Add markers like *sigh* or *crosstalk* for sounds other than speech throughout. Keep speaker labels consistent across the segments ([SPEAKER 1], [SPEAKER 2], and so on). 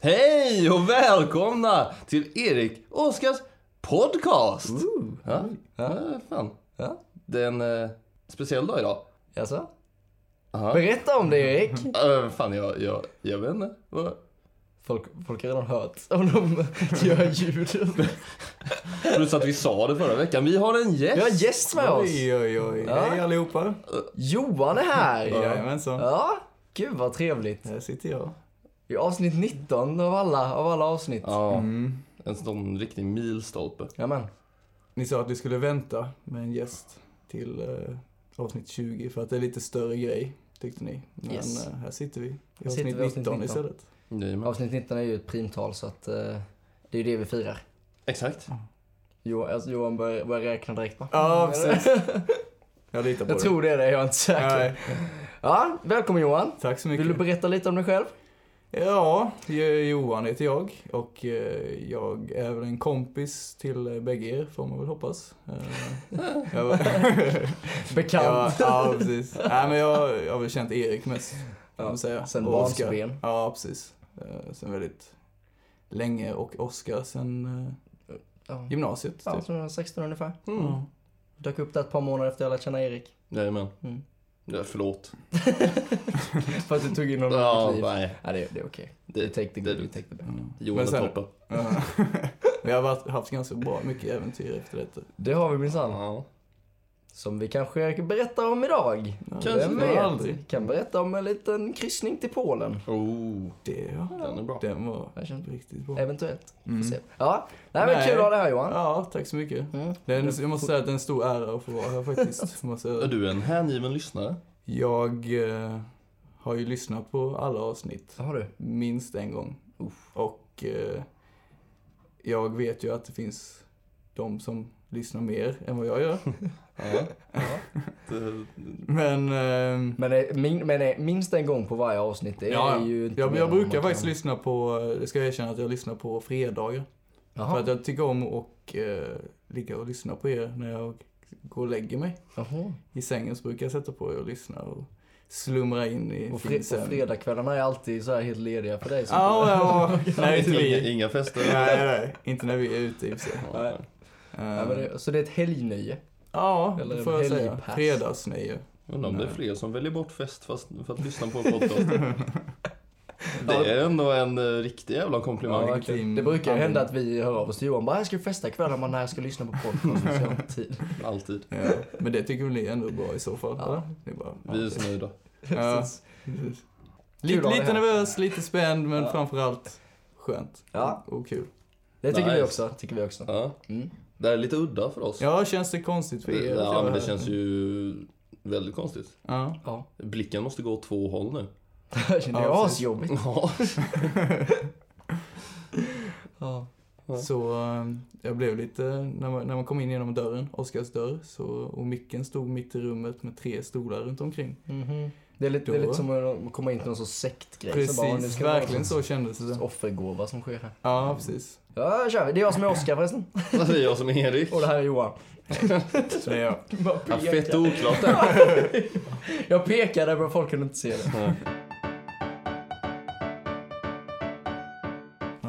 [SPEAKER 1] Hej och välkomna till Erik Oskars podcast! ja, ja, fan. Ja. Det är en eh, speciell dag idag.
[SPEAKER 2] Jaså?
[SPEAKER 1] Aha.
[SPEAKER 2] Berätta om det Erik.
[SPEAKER 1] Eh, fan, jag, jag, jag vet inte. Vad-
[SPEAKER 2] Folk, folk har redan hört om *laughs* de gör ljud.
[SPEAKER 1] Plus att vi sa det förra veckan. Vi har en
[SPEAKER 2] Vi har
[SPEAKER 1] gäst.
[SPEAKER 2] en gäst med oss. Mm.
[SPEAKER 3] Oj, oj, oj.
[SPEAKER 2] Ja.
[SPEAKER 3] Hej allihopa.
[SPEAKER 2] Johan är här.
[SPEAKER 3] Jajamensan.
[SPEAKER 2] Ja, gud vad trevligt.
[SPEAKER 3] Här sitter jag.
[SPEAKER 2] I avsnitt 19 av alla, av alla avsnitt.
[SPEAKER 1] Ja,
[SPEAKER 3] Mm.
[SPEAKER 1] en sån riktig milstolpe.
[SPEAKER 2] Jajamän.
[SPEAKER 3] Ni sa att vi skulle vänta med en gäst till eh, avsnitt 20 för att det är lite större grej, tyckte ni. Men
[SPEAKER 2] Yes.
[SPEAKER 3] eh, här sitter vi i
[SPEAKER 2] sitter vi
[SPEAKER 3] avsnitt
[SPEAKER 2] i avsnitt
[SPEAKER 3] 19
[SPEAKER 2] 19.
[SPEAKER 3] istället.
[SPEAKER 1] Jajamän.
[SPEAKER 2] Avsnitt 19 är ju ett primtal så att eh, det är ju det vi firar.
[SPEAKER 1] Exakt.
[SPEAKER 2] Jo, alltså, Johan börjar, börjar räkna direkt va?
[SPEAKER 3] Ja, precis. Jag litar på dig.
[SPEAKER 2] Jag tror det är det, jag är inte säker.
[SPEAKER 3] Nej,
[SPEAKER 2] Ja, välkommen Johan.
[SPEAKER 3] Tack så mycket.
[SPEAKER 2] Vill du berätta lite om dig *laughs* själv?
[SPEAKER 3] Ja, Jo- Johan heter jag och eh, jag är väl en kompis till eh, bägge er, får man väl hoppas.
[SPEAKER 2] *laughs*
[SPEAKER 3] Eh, jag var- *laughs* Ja,
[SPEAKER 2] Bekant.
[SPEAKER 3] ja precis. Nej, men jag, jag har väl känt Erik mest. Kan man säga.
[SPEAKER 2] Sen
[SPEAKER 3] Och Oscar.
[SPEAKER 2] barnsben.
[SPEAKER 3] Ja, precis. Eh, Sen väldigt länge och Oscar sen eh,
[SPEAKER 2] Ja.
[SPEAKER 3] gymnasiet.
[SPEAKER 2] Ja,
[SPEAKER 3] Typ.
[SPEAKER 2] 2016 ungefär.
[SPEAKER 1] Mm.
[SPEAKER 2] Dök upp där ett par månader efter jag lärt känna Erik.
[SPEAKER 1] Jajamän.
[SPEAKER 3] *laughs*
[SPEAKER 2] Mm.
[SPEAKER 1] Ja, förlåt.
[SPEAKER 2] För att du tog in honom i
[SPEAKER 1] Ja,
[SPEAKER 2] ditt liv.
[SPEAKER 1] nej.
[SPEAKER 2] Ja, det, det är okej.
[SPEAKER 1] Det-
[SPEAKER 2] Vi täckte
[SPEAKER 1] det är
[SPEAKER 2] det. Vi
[SPEAKER 1] lugnt.
[SPEAKER 2] täckte det.
[SPEAKER 3] Mm.
[SPEAKER 1] Johan
[SPEAKER 3] Men
[SPEAKER 1] är
[SPEAKER 3] sen-
[SPEAKER 1] toppen.
[SPEAKER 3] Ja. *laughs* Vi har varit, haft ganska bra mycket äventyr efter detta.
[SPEAKER 2] det har vi minsann.
[SPEAKER 1] Ja.
[SPEAKER 2] Som vi kanske berättar om idag.
[SPEAKER 3] Ja,
[SPEAKER 1] Kanske
[SPEAKER 3] det
[SPEAKER 2] Vem
[SPEAKER 3] vet man aldrig.
[SPEAKER 2] vet? Kan berätta om en liten kryssning till Polen.
[SPEAKER 1] Oh,
[SPEAKER 3] Det, ja.
[SPEAKER 1] den är bra.
[SPEAKER 3] Den var
[SPEAKER 2] Jag känner-
[SPEAKER 3] riktigt bra.
[SPEAKER 2] Eventuellt. Får
[SPEAKER 3] Mm.
[SPEAKER 2] se. Ja, nej, men
[SPEAKER 3] Nej.
[SPEAKER 2] kul att ha det här Johan.
[SPEAKER 3] Ja, tack så mycket.
[SPEAKER 2] Mm.
[SPEAKER 3] Det är en, jag måste säga att det är en stor ära att få vara här
[SPEAKER 2] *laughs*
[SPEAKER 3] faktiskt. Måste
[SPEAKER 1] Är
[SPEAKER 3] jag,
[SPEAKER 1] du en hängiven lyssnare?
[SPEAKER 3] jag eh, har ju lyssnat på alla avsnitt.
[SPEAKER 2] Har du?
[SPEAKER 3] minst en gång. Och eh, jag vet ju att det finns de som lyssnar mer än vad
[SPEAKER 2] *laughs*
[SPEAKER 3] jag gör.
[SPEAKER 1] Ja. Det-
[SPEAKER 3] Men eh,
[SPEAKER 2] Men, det- min, men det- minst en gång på varje avsnitt. Det
[SPEAKER 3] Ja,
[SPEAKER 2] är ju inte
[SPEAKER 3] jag,
[SPEAKER 2] mer
[SPEAKER 3] jag
[SPEAKER 2] än man
[SPEAKER 3] brukar faktiskt
[SPEAKER 2] kan-
[SPEAKER 3] lyssna på, eh, det ska jag erkänna att jag lyssnar på fredagar.
[SPEAKER 2] Jaha.
[SPEAKER 3] För att jag tycker om att eh, ligga och lyssna på er när jag går och lägger mig.
[SPEAKER 2] Jaha.
[SPEAKER 3] I sängen så brukar jag sätta på er och lyssna och slumra in i
[SPEAKER 2] Och, fre-
[SPEAKER 3] fin
[SPEAKER 2] och
[SPEAKER 3] sömn.
[SPEAKER 2] fredagskvällarna är alltid så här helt lediga för dig. så-
[SPEAKER 3] Ja,
[SPEAKER 2] *laughs*
[SPEAKER 3] ja, ja. Nej, inte
[SPEAKER 1] inga,
[SPEAKER 3] vi.
[SPEAKER 1] inga fester.
[SPEAKER 3] *laughs* Nej, nej, inte när vi är ute i och för sig. Eh,
[SPEAKER 1] Ja.
[SPEAKER 2] Ja, men det, så det är ett helgnöje.
[SPEAKER 3] Ja,
[SPEAKER 2] Eller
[SPEAKER 3] det
[SPEAKER 2] en
[SPEAKER 3] får jag säga.
[SPEAKER 2] helgpass.
[SPEAKER 3] Fredagsnöje.
[SPEAKER 1] Undrar om det är
[SPEAKER 3] Nej.
[SPEAKER 1] fler som väljer bort fest fast för att lyssna på en
[SPEAKER 2] *laughs*
[SPEAKER 1] podcast. Det är ändå en eh, riktig jävla komplimang.
[SPEAKER 2] Ja,
[SPEAKER 3] verkligen.
[SPEAKER 2] verkligen. det brukar ju hända att vi hör av oss till Johan bara, jag ska festa ikväll, man när jag ska lyssna på podcast, så jag har inte tid.
[SPEAKER 1] Alltid.
[SPEAKER 3] Ja, men det tycker väl ni ändå är bra i så fall?
[SPEAKER 2] Ja.
[SPEAKER 3] eller? Det är bara, ja.
[SPEAKER 1] Vi är så nöjda.
[SPEAKER 2] *laughs*
[SPEAKER 3] Ja.
[SPEAKER 2] Kul att
[SPEAKER 3] Lite,
[SPEAKER 2] ha det
[SPEAKER 3] lite
[SPEAKER 2] här.
[SPEAKER 3] nervös, lite spänd, men
[SPEAKER 2] Ja.
[SPEAKER 3] framförallt skönt
[SPEAKER 2] Ja.
[SPEAKER 3] och kul.
[SPEAKER 2] Det tycker vi
[SPEAKER 1] Nice.
[SPEAKER 2] också, tycker vi också.
[SPEAKER 1] Ja.
[SPEAKER 2] Mm.
[SPEAKER 1] Det här är lite udda för oss.
[SPEAKER 3] Ja, känns det konstigt för
[SPEAKER 1] Det-
[SPEAKER 3] er? att
[SPEAKER 1] ja
[SPEAKER 3] jag
[SPEAKER 1] men
[SPEAKER 3] är
[SPEAKER 1] det
[SPEAKER 3] här?
[SPEAKER 1] känns ju väldigt konstigt.
[SPEAKER 3] Ja.
[SPEAKER 2] Ja. *laughs*
[SPEAKER 1] Blicken måste gå åt två håll nu.
[SPEAKER 2] Jag känner det
[SPEAKER 3] Ja,
[SPEAKER 2] är
[SPEAKER 3] precis.
[SPEAKER 2] asjobbigt.
[SPEAKER 1] Ja.
[SPEAKER 2] Ja.
[SPEAKER 3] Så eh, jag blev lite, när man, när man kom in genom dörren, Oskars dörr, så, och micken stod mitt i rummet med tre stolar runt omkring.
[SPEAKER 2] Mhm. Det, är lite, det är lite som att komma in till någon sorts sektgrej.
[SPEAKER 3] Precis,
[SPEAKER 2] så bara, nu ska det vara
[SPEAKER 3] verkligen
[SPEAKER 2] någon
[SPEAKER 3] så kändes det.
[SPEAKER 2] sorts Offergåva som sker här.
[SPEAKER 3] Ja, precis.
[SPEAKER 2] Ja, då kör vi. Det är jag som är Oskar förresten.
[SPEAKER 1] Det är jag som är Erik.
[SPEAKER 2] Och det här är Johan.
[SPEAKER 3] Så jag.
[SPEAKER 2] *laughs* Bara
[SPEAKER 1] Ja,
[SPEAKER 2] pekar.
[SPEAKER 1] fett oklart det.
[SPEAKER 2] *laughs* Jag pekade men folk kunde inte se det.
[SPEAKER 1] Ja.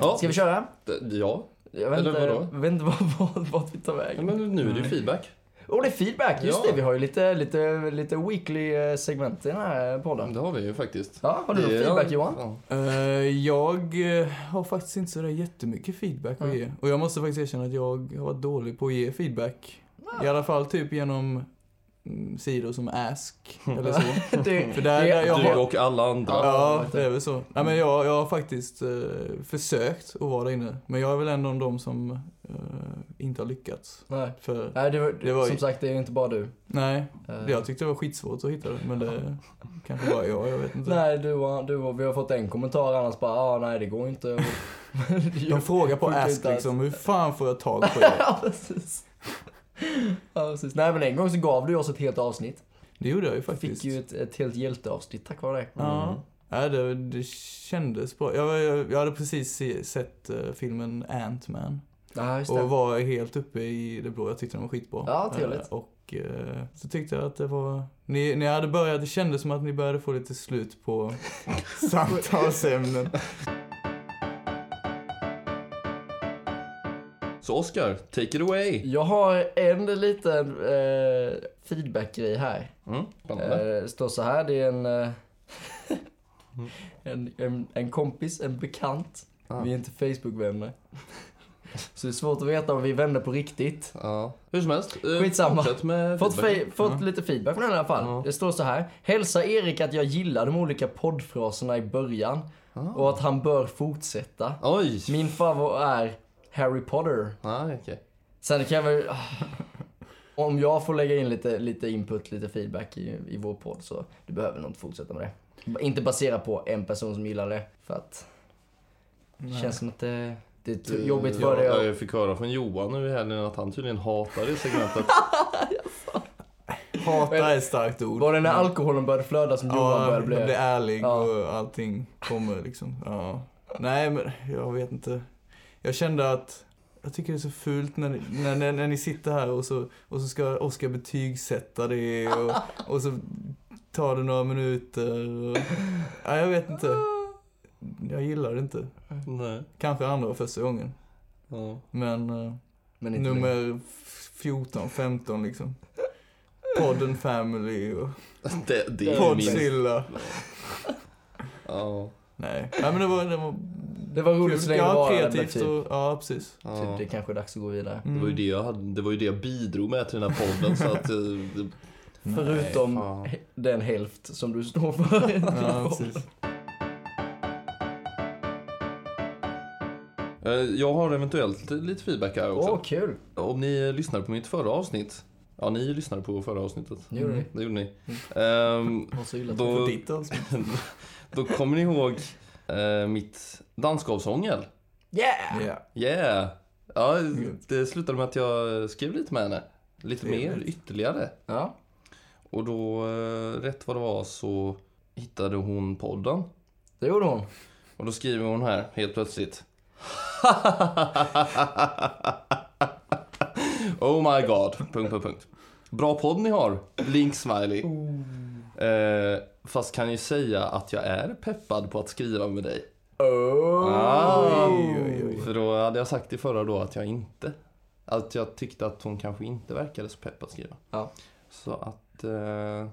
[SPEAKER 1] Ja,
[SPEAKER 2] Ska vi köra?
[SPEAKER 1] ja.
[SPEAKER 2] Jag vet
[SPEAKER 1] Eller
[SPEAKER 2] inte,
[SPEAKER 1] vadå?
[SPEAKER 2] jag vet inte vart, vart, vart vi tar
[SPEAKER 1] Ja,
[SPEAKER 2] vägen.
[SPEAKER 1] men nu är det ju feedback.
[SPEAKER 2] Och det är feedback, just
[SPEAKER 1] Ja.
[SPEAKER 2] det. Vi har ju lite, lite, lite weekly eh, segment i den här podden.
[SPEAKER 1] Det har vi ju faktiskt.
[SPEAKER 2] Ja, har du någon
[SPEAKER 1] Det-
[SPEAKER 3] *laughs*
[SPEAKER 2] feedback Johan?
[SPEAKER 1] Ja.
[SPEAKER 3] Eh, jag eh, har faktiskt inte sådär jättemycket feedback att
[SPEAKER 2] Nej.
[SPEAKER 3] ge. Och jag måste faktiskt erkänna att jag har varit dålig på att ge feedback. I alla fall typ genom mm, sidor som Ask eller
[SPEAKER 2] *laughs*
[SPEAKER 3] så.
[SPEAKER 2] det,
[SPEAKER 3] För där- där jag
[SPEAKER 1] Du
[SPEAKER 3] har-
[SPEAKER 1] och alla andra.
[SPEAKER 2] Ja,
[SPEAKER 3] Ja,
[SPEAKER 2] vet du.
[SPEAKER 3] det är väl så. Nej,
[SPEAKER 2] Mm.
[SPEAKER 3] men jag, jag har faktiskt eh, försökt att vara där inne. Men jag är väl en av de som eh, inte har lyckats.
[SPEAKER 2] Nej.
[SPEAKER 3] För,
[SPEAKER 2] Nej, det var,
[SPEAKER 3] Det var ju-
[SPEAKER 2] som sagt, det är ju inte bara du.
[SPEAKER 3] nej,
[SPEAKER 2] Eh,
[SPEAKER 3] jag tyckte det var skitsvårt att hitta det. Men det *laughs* kanske bara jag, jag vet inte.
[SPEAKER 2] Nej, du, har- du, har- vi har fått en kommentar annars bara, ah, nej det går inte. Och-
[SPEAKER 3] *laughs*
[SPEAKER 2] *laughs*
[SPEAKER 3] De frågar på
[SPEAKER 2] Funkar
[SPEAKER 3] Ask
[SPEAKER 2] inte alls.
[SPEAKER 3] liksom, hur fan får jag tag på er?
[SPEAKER 2] *laughs* ja, precis. Ja, precis. Nej, men en gång så gav du oss ett helt avsnitt.
[SPEAKER 3] Det gjorde jag ju
[SPEAKER 2] Jag
[SPEAKER 3] faktiskt.
[SPEAKER 2] fick ju ett, ett helt hjälteavsnitt tack vare det.
[SPEAKER 3] Ja, ja Mm. det, det kändes bra. Jag, var- jag, jag hade precis se, sett eh, filmen Ant-Man
[SPEAKER 2] Ja, just
[SPEAKER 3] och
[SPEAKER 2] det.
[SPEAKER 3] var helt uppe i det blå. Jag tyckte den var skitbra.
[SPEAKER 2] Ja, trevligt.
[SPEAKER 3] Eh, och eh, så tyckte jag att det var... Ni, ni hade börjat, det
[SPEAKER 2] *laughs*
[SPEAKER 3] kändes som att ni började få lite slut på samtalsämnen.
[SPEAKER 1] Så Oscar, take it away.
[SPEAKER 2] Jag har en liten eh, feedback-grej här.
[SPEAKER 1] Mm, spännande.
[SPEAKER 2] Eh, Det står så här, det är en, eh, *laughs* en, en, en kompis, en bekant.
[SPEAKER 1] Ah.
[SPEAKER 2] Vi är inte Facebook-vänner. Så det är svårt att veta om vi är vänner på riktigt.
[SPEAKER 1] Ja. Hur som helst. eh,
[SPEAKER 2] Skitsamma.
[SPEAKER 1] fortsätt med
[SPEAKER 2] Fått,
[SPEAKER 1] feedbacken.
[SPEAKER 2] fe- fått lite feedback från den i alla fall.
[SPEAKER 1] Ja.
[SPEAKER 2] Det står så här. Hälsa Erik att jag gillar de olika poddfraserna i början
[SPEAKER 1] Ah.
[SPEAKER 2] och att han bör fortsätta.
[SPEAKER 1] Oj.
[SPEAKER 2] Min favorit är Harry Potter.
[SPEAKER 1] Nej, okej.
[SPEAKER 2] Sen kan jag väl... Ah. Om jag får lägga in lite, lite input, lite feedback i, i vår podd så du behöver nog inte fortsätta med det. B- Inte basera på en person som gillar det för att det känns som att det, det är t- jobbigt för dig.
[SPEAKER 1] jag,
[SPEAKER 2] att-
[SPEAKER 1] jag fick höra från Johan nu i helgen att han tydligen hatar det
[SPEAKER 2] *laughs*
[SPEAKER 1] segmentet.
[SPEAKER 3] Hata är ett starkt ord.
[SPEAKER 2] Var det när alkoholen började flöda som Johan
[SPEAKER 3] Ja,
[SPEAKER 2] började
[SPEAKER 3] man
[SPEAKER 2] bli...
[SPEAKER 3] blir ärlig
[SPEAKER 2] Ja.
[SPEAKER 3] och allting kommer liksom. Ja. Nej, men jag vet inte. Jag kände att jag tycker det är så fult när ni, när, när, när ni sitter här och så, och så ska Oskar betygsätta det och, och så tar det några minuter. Och, ja, jag vet inte. Jag gillar det inte.
[SPEAKER 1] Nej.
[SPEAKER 3] Kanske andra och första gången.
[SPEAKER 1] Ja.
[SPEAKER 3] Men eh,
[SPEAKER 2] Men inte nu.
[SPEAKER 3] nummer 14, 15 liksom. Podden Family och
[SPEAKER 1] Det, det är min...
[SPEAKER 3] Podzilla.
[SPEAKER 1] Ja.
[SPEAKER 3] Nej. Nej, men det var, det var
[SPEAKER 2] Det var roligt så länge det
[SPEAKER 3] Ja,
[SPEAKER 2] var
[SPEAKER 3] kreativt
[SPEAKER 2] relativt.
[SPEAKER 3] och, ja precis.
[SPEAKER 1] ja.
[SPEAKER 2] Typ, det kanske är dags att gå vidare.
[SPEAKER 1] Det var ju
[SPEAKER 3] Mm.
[SPEAKER 1] det jag, hade, det var ju det jag bidrog med till den här podden så att... eh, det-
[SPEAKER 2] *laughs* Förutom
[SPEAKER 1] fan.
[SPEAKER 2] he- den hälft som du står för. *laughs*
[SPEAKER 3] Ja, precis.
[SPEAKER 1] Eh, Jag har eventuellt lite feedback här också.
[SPEAKER 2] Åh, kul!
[SPEAKER 1] Om ni eh, lyssnade på mitt förra avsnitt. Ja, ni lyssnade på förra avsnittet.
[SPEAKER 2] Nu gjorde
[SPEAKER 3] Mm.
[SPEAKER 2] ni.
[SPEAKER 1] Det gjorde ni. Ehm, *laughs*
[SPEAKER 2] Har så illa
[SPEAKER 1] Då-
[SPEAKER 3] På ditt avsnitt.
[SPEAKER 1] då kommer ni ihåg eh, mitt dansgolvsångel.
[SPEAKER 2] Yeah!
[SPEAKER 3] Ja.
[SPEAKER 1] Yeah! Ja, det slutade med att jag skrev lite med henne. Lite mer,
[SPEAKER 3] Trevligt.
[SPEAKER 1] ytterligare.
[SPEAKER 2] Ja.
[SPEAKER 1] Och då, eh, rätt vad det var, så hittade hon podden.
[SPEAKER 2] Det gjorde hon.
[SPEAKER 1] Och då skriver hon här, helt plötsligt. oh my god. Punkt, punkt, punkt. Bra podd ni har. Blink smiley. Eh, fast kan ju säga att jag är peppad på att skriva med dig.
[SPEAKER 2] Oh.
[SPEAKER 1] Ah,
[SPEAKER 3] Oj, oj, oj.
[SPEAKER 1] För då hade jag sagt i förra då att jag inte... Att jag tyckte att hon kanske inte verkade så pepp att skriva.
[SPEAKER 2] Ja.
[SPEAKER 1] Så att... Eh,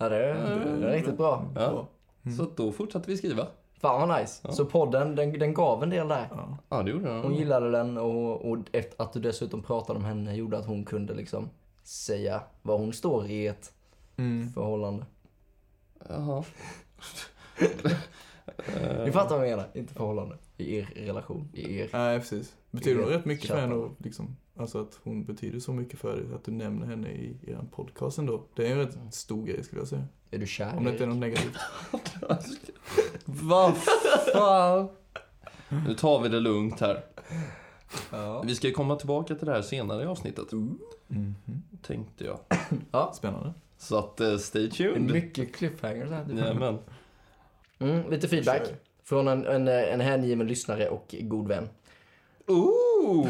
[SPEAKER 2] Ja, det är, det är riktigt bra.
[SPEAKER 1] ja.
[SPEAKER 3] Mm.
[SPEAKER 1] Så att då fortsatte vi skriva.
[SPEAKER 2] Fan vad nice.
[SPEAKER 1] Ja.
[SPEAKER 2] Så podden, den, den gav en del där.
[SPEAKER 3] Ja.
[SPEAKER 1] Ja, det gjorde
[SPEAKER 2] Hon
[SPEAKER 1] hon.
[SPEAKER 2] gillade den och, och efter att du dessutom pratade om henne gjorde att hon kunde liksom säga var hon står i ett
[SPEAKER 3] Mm.
[SPEAKER 2] förhållande.
[SPEAKER 1] *laughs* Jaha.
[SPEAKER 2] Ni fattar vad jag menar. Inte förhållande. I er relation. I er.
[SPEAKER 3] Nej, precis. Betyder hon
[SPEAKER 2] Jag
[SPEAKER 3] rätt mycket för
[SPEAKER 2] köper
[SPEAKER 3] henne
[SPEAKER 2] det.
[SPEAKER 3] och liksom, alltså att hon betyder så mycket för dig att du nämner henne i er podcast ändå. Det är en rätt stor grej skulle jag säga.
[SPEAKER 2] Är du kär?
[SPEAKER 3] Om det
[SPEAKER 2] Erik?
[SPEAKER 3] inte är något negativt.
[SPEAKER 1] Vad fan? Nu tar vi det lugnt här.
[SPEAKER 2] Ja.
[SPEAKER 1] Vi ska komma tillbaka till det här senare i avsnittet, tänkte jag.
[SPEAKER 3] Mhm. Spännande.
[SPEAKER 1] Så att eh, stay
[SPEAKER 2] En
[SPEAKER 1] tuned.
[SPEAKER 2] Mycket cliffhangers här. typ.
[SPEAKER 1] Jajamän.
[SPEAKER 2] Mm, lite feedback.
[SPEAKER 3] Kör.
[SPEAKER 2] Från en, en, en hängiven lyssnare och god vän.
[SPEAKER 1] Ooh!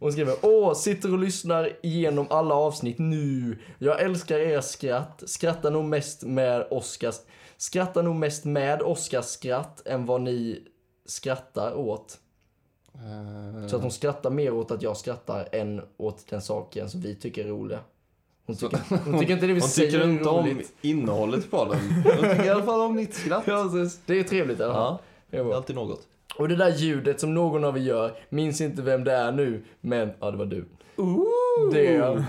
[SPEAKER 2] Hon skriver Åh, sitter och lyssnar igenom alla avsnitt nu. Jag älskar er skratt. Skrattar nog mest med Oscars... Skrattar nog mest med Oscars skratt än vad ni skrattar åt. Så
[SPEAKER 1] Mm. Eh,
[SPEAKER 2] att hon skrattar mer åt att jag skrattar än åt den saken som vi tycker är
[SPEAKER 1] *laughs*
[SPEAKER 2] roliga. Hon tycker, hon tycker inte det vi
[SPEAKER 1] Hon
[SPEAKER 2] säger
[SPEAKER 1] tycker
[SPEAKER 2] är
[SPEAKER 1] inte om
[SPEAKER 2] roligt.
[SPEAKER 1] innehållet på
[SPEAKER 2] *laughs*
[SPEAKER 1] den. *laughs* Hon tycker i alla fall om ditt skratt.
[SPEAKER 2] Ja, precis. det är trevligt i alla fall.
[SPEAKER 1] Ja,
[SPEAKER 2] Jo.
[SPEAKER 1] det är alltid något.
[SPEAKER 2] Och det där ljudet som någon av er gör, minns inte vem det är nu, men ja, det var du.
[SPEAKER 1] Ooh!
[SPEAKER 2] Det är... Ooh.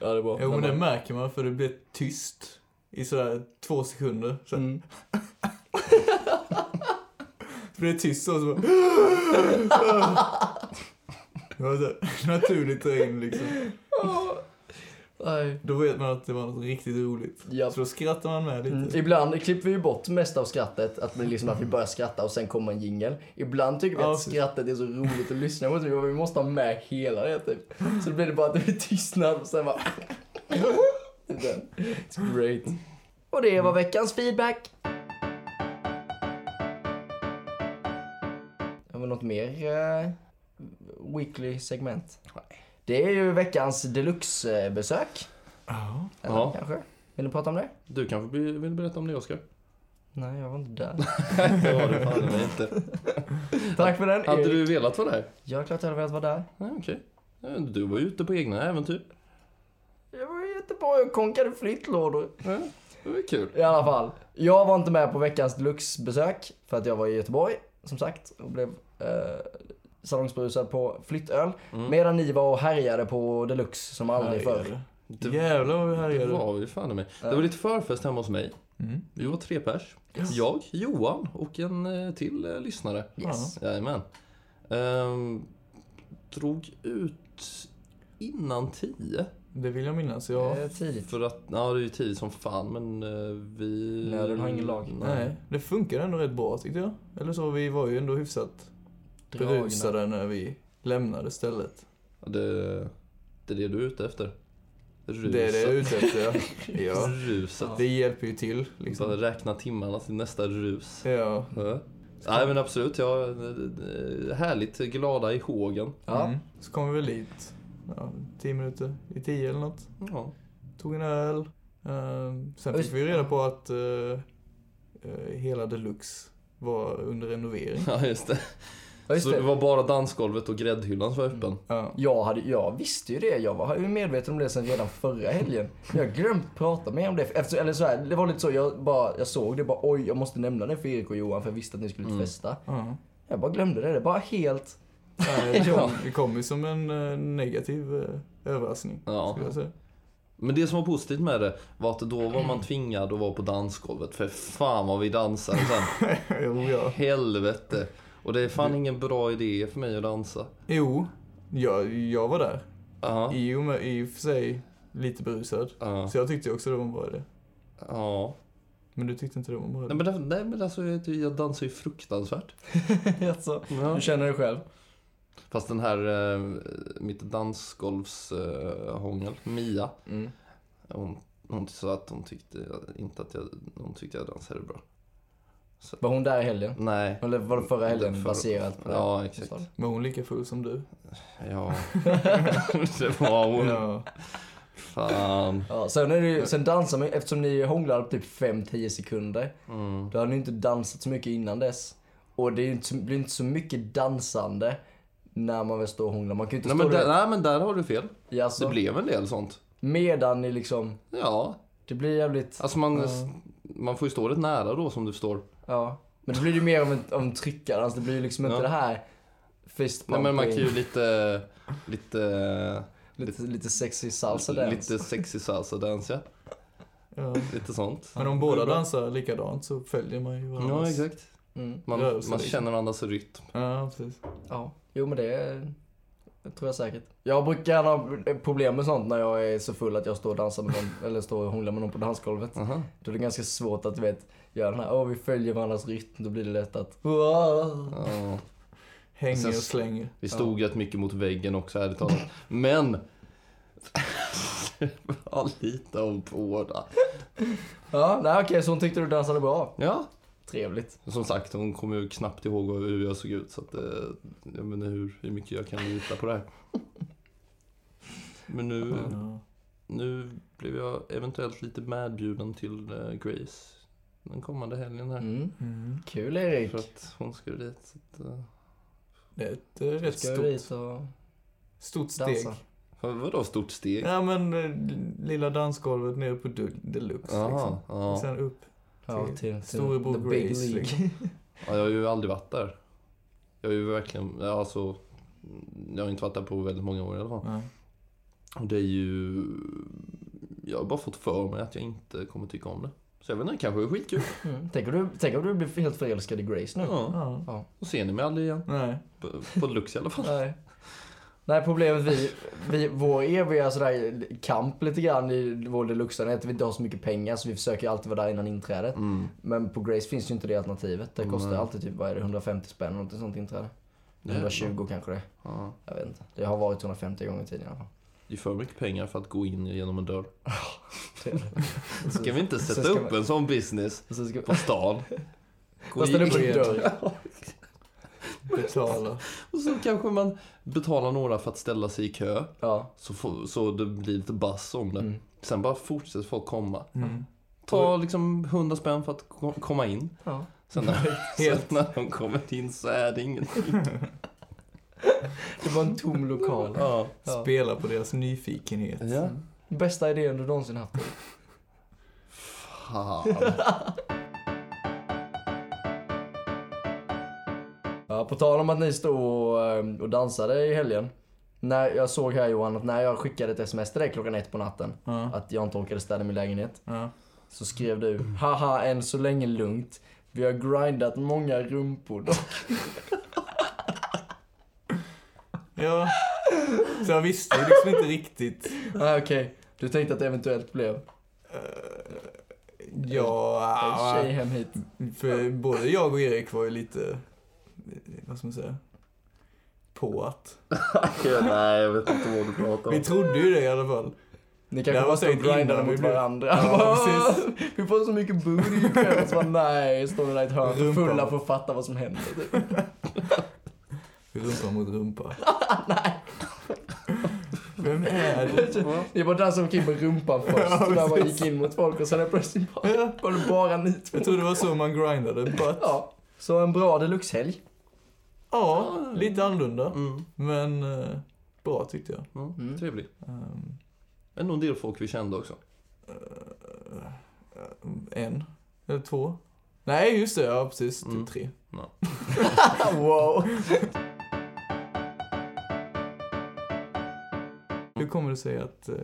[SPEAKER 2] Ja, det var
[SPEAKER 3] Jo, men det märker man för det blir tyst i sådär två sekunder. Så
[SPEAKER 2] Mm.
[SPEAKER 3] Så *laughs* blir det tyst och så bara... *laughs* Det var så här naturligt där in liksom.
[SPEAKER 2] Nej.
[SPEAKER 3] Då vet man att det var något riktigt roligt.
[SPEAKER 2] Ja.
[SPEAKER 3] Så då skrattar man med lite.
[SPEAKER 2] Mm. Ibland klipper vi ju bort mest av skrattet, att, vi liksom att vi börjar skratta och sen kommer en jingel. Ibland tycker vi
[SPEAKER 3] Ja,
[SPEAKER 2] att
[SPEAKER 3] precis.
[SPEAKER 2] skrattet är så roligt att lyssna på, typ, och vi måste ha med hela det typ. Så då blir det bara att det blir tystnad och sen bara... Den. It's great. Och det var veckans feedback. Har vi något mer eh, weekly segment? Det är ju veckans deluxe-besök.
[SPEAKER 3] Ja.
[SPEAKER 2] Eller
[SPEAKER 1] Ja.
[SPEAKER 2] kanske? Vill du prata om det? *laughs*
[SPEAKER 1] Du kanske vill vill berätta om det, Oskar?
[SPEAKER 2] Nej, jag var inte där.
[SPEAKER 1] Det var det fan inte.
[SPEAKER 2] Tack för den,
[SPEAKER 1] Hade
[SPEAKER 2] Erik.
[SPEAKER 1] du velat vara där?
[SPEAKER 2] Jag är klart jag hade velat vara där.
[SPEAKER 1] Nej, okej. Ja, Du var ute på egna äventyr.
[SPEAKER 2] Jag var i Göteborg och konkade flyttlådor.
[SPEAKER 1] Ja, det var kul.
[SPEAKER 2] I alla fall. Jag var inte med på veckans deluxe-besök för att jag var i Göteborg, som sagt, och blev eh, salongsberusad på flyttöl. Medan ni var och härjade på deluxe som aldrig förr.
[SPEAKER 3] Härjade.
[SPEAKER 1] Det-
[SPEAKER 3] Jävlar vad vi
[SPEAKER 1] Det
[SPEAKER 3] härjade.
[SPEAKER 1] var vi fan i mig. Det var lite förfest hemma hos mig.
[SPEAKER 3] Mm.
[SPEAKER 1] Vi var tre pers. Jag, Johan och en eh, till eh, lyssnare.
[SPEAKER 2] Yes.
[SPEAKER 1] Jajamän. Ehm, drog ut innan tio.
[SPEAKER 3] Det vill jag minnas. Jag...
[SPEAKER 2] Eh, tidigt.
[SPEAKER 1] För att, ja det är ju tio som fan men eh, vi...
[SPEAKER 2] Nöden har ingen lag.
[SPEAKER 3] Nej, det funkar ändå rätt bra tyckte jag. Eller så, vi var ju ändå hyfsat
[SPEAKER 2] Dragna.
[SPEAKER 3] berusade när vi lämnade stället.
[SPEAKER 1] Det, det är det du är ute efter. Ruset.
[SPEAKER 3] Det är det jag är ute efter ja.
[SPEAKER 1] *laughs*
[SPEAKER 3] ja.
[SPEAKER 1] Ruset.
[SPEAKER 3] Det hjälper ju till
[SPEAKER 1] Liksom.
[SPEAKER 3] liksom.
[SPEAKER 1] Räkna timmarna till nästa rus.
[SPEAKER 3] Ja.
[SPEAKER 1] Ja. Nej men absolut, ja, eh, härligt glada i hågen.
[SPEAKER 2] Ja.
[SPEAKER 3] Mm. Så kom vi väl dit. Ja, tio minuter i tio eller något.
[SPEAKER 1] Ja.
[SPEAKER 3] Tog en öl. Ehm, sen
[SPEAKER 2] Oj.
[SPEAKER 3] fick vi reda på att eh, eh, hela Deluxe var
[SPEAKER 1] *laughs*
[SPEAKER 3] under renovering.
[SPEAKER 1] *laughs* Ja, just det.
[SPEAKER 2] Ja, just
[SPEAKER 1] så det
[SPEAKER 2] det.
[SPEAKER 1] var bara dansgolvet och gräddhyllan som var öppen.
[SPEAKER 3] Ja.
[SPEAKER 2] Jag, hade, jag visste ju det. Jag var ju medveten om det sen redan förra helgen. Jag har glömt prata med er om det. Efter, eller så här, det var lite så. Jag, bara, jag såg det bara. Oj, jag måste nämna det för Erik och Johan för jag visste att ni skulle mm. festa.
[SPEAKER 1] *laughs*
[SPEAKER 3] Ja.
[SPEAKER 2] Jag bara glömde det. Det bara helt... *laughs*
[SPEAKER 3] Nej, Det kom, det kom ju som en eh, negativ eh, överraskning.
[SPEAKER 1] Ja.
[SPEAKER 3] Skulle jag säga. *laughs*
[SPEAKER 1] Men det som var positivt med det var att då var man tvingad att vara på dansgolvet. För fan vad vi dansade *laughs* sen.
[SPEAKER 3] jo, ja.
[SPEAKER 1] Helvete. Och det är fan ingen bra idé för mig att dansa.
[SPEAKER 3] jo jag, jag var där.
[SPEAKER 1] Ja.
[SPEAKER 3] I och, med, I och för sig lite berusad.
[SPEAKER 1] Ja.
[SPEAKER 3] Så jag tyckte också det var en bra idé.
[SPEAKER 1] ja.
[SPEAKER 3] Men du tyckte inte det var en bra idé?
[SPEAKER 1] Nej men, det- nej, men alltså, jag, jag dansar ju fruktansvärt.
[SPEAKER 2] alltså,
[SPEAKER 1] Ja.
[SPEAKER 2] Du känner dig själv?
[SPEAKER 1] Fast den här, eh, mitt dansgolvshångel, eh, hångel, Mia.
[SPEAKER 2] Mm.
[SPEAKER 1] Hon, hon sa att hon tyckte jag- inte att jag, hon tyckte jag dansade bra.
[SPEAKER 2] Var hon där i helgen?
[SPEAKER 1] Nej.
[SPEAKER 2] Eller var det förra helgen
[SPEAKER 1] För-
[SPEAKER 2] baserat på det?
[SPEAKER 1] Ja, exakt.
[SPEAKER 3] Var hon lika full som du?
[SPEAKER 1] Ja. *laughs* det var hon.
[SPEAKER 3] Ja.
[SPEAKER 1] Fan.
[SPEAKER 2] Ja, sen, är det ju, sen dansar man ju- eftersom ni hånglade på typ 5-10 sekunder.
[SPEAKER 1] Mm.
[SPEAKER 2] Då har ni inte dansat så mycket innan dess. Och det är ju inte, så- blir inte så mycket dansande när man väl står och hånglar. Man kan ju inte
[SPEAKER 1] Nej,
[SPEAKER 2] stå
[SPEAKER 1] men där, nej men där har du fel.
[SPEAKER 2] där, alltså,
[SPEAKER 1] Det blev en del sånt.
[SPEAKER 2] medan ni liksom,
[SPEAKER 1] Ja,
[SPEAKER 2] det blir jävligt,
[SPEAKER 1] alltså man, man får ju stå rätt nära då som du förstår.
[SPEAKER 2] ja. Men det blir ju mer av en, av en tryckare, alltså det blir ju liksom
[SPEAKER 1] Ja.
[SPEAKER 2] inte det här fist
[SPEAKER 1] Nej men man kan ju
[SPEAKER 2] pumping,
[SPEAKER 1] lite, lite,
[SPEAKER 2] lite, lite sexy salsa dance.
[SPEAKER 1] lite sexy salsa dance ja.
[SPEAKER 3] ja.
[SPEAKER 1] Lite sånt.
[SPEAKER 3] Men om båda dansar likadant så följer man ju
[SPEAKER 1] Ja
[SPEAKER 3] varandras.
[SPEAKER 1] exakt.
[SPEAKER 2] Mm,
[SPEAKER 1] Man,
[SPEAKER 3] Rörelse,
[SPEAKER 1] man
[SPEAKER 3] liksom.
[SPEAKER 1] känner varandras rytm.
[SPEAKER 3] Ja, precis.
[SPEAKER 2] ja, jo men det är- det tror jag säkert. Jag brukar gärna ha problem med sånt när jag är så full att jag står och dansar med någon, eller står och hånglar med någon på dansgolvet.
[SPEAKER 1] Aha.
[SPEAKER 2] Då är det ganska svårt att du vet, göra den här, åh vi följer varandras rytm, då blir det lätt att, "Wow."
[SPEAKER 1] Ja.
[SPEAKER 3] Hänger
[SPEAKER 1] Sen-
[SPEAKER 3] och slänger.
[SPEAKER 1] Vi stod rätt mycket mot väggen också ärligt talat. Men! *laughs* Ja, lite om båda.
[SPEAKER 2] Ja, nej okej, så hon tyckte du dansade bra.
[SPEAKER 1] Ja,
[SPEAKER 2] Trevligt.
[SPEAKER 1] som sagt hon kommer ju knappt ihåg hur jag såg ut så att eh, jag menar hur, hur mycket jag kan lita på det här. Men nu,
[SPEAKER 3] Ja.
[SPEAKER 1] nu blev jag eventuellt lite medbjuden till eh, Grace den kommande helgen här.
[SPEAKER 2] Mm.
[SPEAKER 3] Mm.
[SPEAKER 2] Kul Erik.
[SPEAKER 1] För att hon skulle dit. Så att, eh,
[SPEAKER 3] Det är ett eh, rätt
[SPEAKER 2] Ska vi
[SPEAKER 3] stort,
[SPEAKER 2] dit och
[SPEAKER 3] stort steg.
[SPEAKER 2] dansa?
[SPEAKER 1] vad- vadå stort steg?
[SPEAKER 3] Ja men eh, lilla dansgolvet nere på du- deluxe
[SPEAKER 1] Aha,
[SPEAKER 3] liksom. Och
[SPEAKER 1] ja.
[SPEAKER 3] sen upp.
[SPEAKER 2] Ja,
[SPEAKER 3] Till
[SPEAKER 2] till, till
[SPEAKER 3] storebror
[SPEAKER 2] the big
[SPEAKER 3] Grace,
[SPEAKER 2] league.
[SPEAKER 3] liksom.
[SPEAKER 1] ja, jag har ju aldrig varit där. Jag har ju verkligen, ja, alltså, jag har inte varit där på väldigt många år i alla fall.
[SPEAKER 3] Ja.
[SPEAKER 1] Och det är ju... Jag har bara fått för mig att jag inte kommer tycka om det. Så jag vet inte, kanske är skitkul.
[SPEAKER 2] Mm. Tänk, om du, tänk om du blir helt förälskad i Grace nu.
[SPEAKER 1] *laughs* Ja.
[SPEAKER 3] Ja.
[SPEAKER 1] Och ser ni mig aldrig igen.
[SPEAKER 3] Nej.
[SPEAKER 1] På, på Lux i alla fall.
[SPEAKER 2] Nej. Nej, problemet vi, vi, vår eviga sådär kamp lite grann i vår deluxe är att vi inte har så mycket pengar så vi försöker ju alltid vara där innan inträdet.
[SPEAKER 1] Mm.
[SPEAKER 2] Men på Grace finns ju inte det alternativet. Det kostar
[SPEAKER 1] Nej.
[SPEAKER 2] alltid typ, vad är det, 150 spänn eller någonting sånt inträde.
[SPEAKER 1] Det är
[SPEAKER 2] 120 kanske det
[SPEAKER 1] Ja.
[SPEAKER 2] Jag vet inte. Det har varit 150 gånger tidigare i alla fall.
[SPEAKER 1] Det är för mycket pengar för att gå in genom en dörr.
[SPEAKER 2] Så-
[SPEAKER 1] Ska vi inte
[SPEAKER 2] så
[SPEAKER 1] sätta
[SPEAKER 2] ska
[SPEAKER 1] upp en sån business
[SPEAKER 2] Så ska
[SPEAKER 1] på *laughs* stan? Gå
[SPEAKER 2] Fast den är
[SPEAKER 1] in.
[SPEAKER 2] på
[SPEAKER 3] in.
[SPEAKER 2] dörr.
[SPEAKER 1] *laughs*
[SPEAKER 3] Betala.
[SPEAKER 1] Och så kanske man betalar några för att ställa sig i kö.
[SPEAKER 2] Ja.
[SPEAKER 1] Så, får, så det blir lite buzz om det.
[SPEAKER 2] Mm.
[SPEAKER 1] Sen bara fortsätter folk komma.
[SPEAKER 3] Mm.
[SPEAKER 1] Ta liksom 100 spänn för att ko- komma in.
[SPEAKER 2] Ja.
[SPEAKER 1] Sen *laughs* när, sen när de kommer in så är det ingenting.
[SPEAKER 2] Det var en tom *laughs* lokal.
[SPEAKER 1] Ja.
[SPEAKER 2] Ja.
[SPEAKER 3] Spela på deras nyfikenhet.
[SPEAKER 1] ja.
[SPEAKER 2] Bästa idén du någonsin haft.
[SPEAKER 1] Fan.
[SPEAKER 2] Ja, på tal om att ni stod och, eh, och dansade i helgen. När jag såg här Johan att när jag skickade ett sms till dig klockan ett på natten
[SPEAKER 3] Ja.
[SPEAKER 2] att jag inte orkade städa min lägenhet.
[SPEAKER 3] Ja.
[SPEAKER 2] Så skrev du haha än så länge lugnt. Vi har grindat många rumpor *laughs* dock.
[SPEAKER 3] ja. Så jag visste ju liksom inte riktigt.
[SPEAKER 2] ah, Okej, du tänkte att det eventuellt blev en
[SPEAKER 3] Eh, Ja,
[SPEAKER 2] tjej hem hit.
[SPEAKER 3] för både jag och Erik var ju lite, vad ska man säga, på att.
[SPEAKER 1] Nej, jag vet inte vad du pratar
[SPEAKER 3] Vi
[SPEAKER 1] om.
[SPEAKER 3] trodde ju det i alla fall.
[SPEAKER 2] Ni
[SPEAKER 3] Det
[SPEAKER 2] kanske
[SPEAKER 3] här
[SPEAKER 2] bara
[SPEAKER 3] var
[SPEAKER 2] stod och
[SPEAKER 3] säkert innan
[SPEAKER 2] grindade
[SPEAKER 3] vi
[SPEAKER 2] mot
[SPEAKER 3] blev-
[SPEAKER 2] varandra. *laughs*
[SPEAKER 3] Ja, precis.
[SPEAKER 2] vi får så mycket booty ikväll. Och så bara, nej, står ni där i ett hörn
[SPEAKER 3] Rumpan.
[SPEAKER 2] fulla för att fatta vad som händer. typ.
[SPEAKER 3] Rumpa mot *laughs* rumpa. Nej. Vem är det?
[SPEAKER 2] *laughs* Det var den som gick in med rumpan först.
[SPEAKER 3] Ja,
[SPEAKER 2] när man
[SPEAKER 3] precis.
[SPEAKER 2] gick in mot folk och sen är plötsligt bara,
[SPEAKER 3] Ja.
[SPEAKER 2] var det bara ni två.
[SPEAKER 3] Jag tror det var så man grindade, but.
[SPEAKER 2] Ja, så en bra deluxe-helg.
[SPEAKER 3] Ja, lite annorlunda.
[SPEAKER 1] Mm,
[SPEAKER 3] Men eh, bra tyckte jag.
[SPEAKER 1] mm.
[SPEAKER 2] Mm.
[SPEAKER 1] Trevlig.
[SPEAKER 3] Ehm,
[SPEAKER 1] Men nog en del folk vi kände också.
[SPEAKER 3] en eller två. Nej, just det. Ja, precis.
[SPEAKER 1] Mm.
[SPEAKER 3] Typ tre.
[SPEAKER 2] wow. Mm.
[SPEAKER 3] Hur kommer det sig att eh,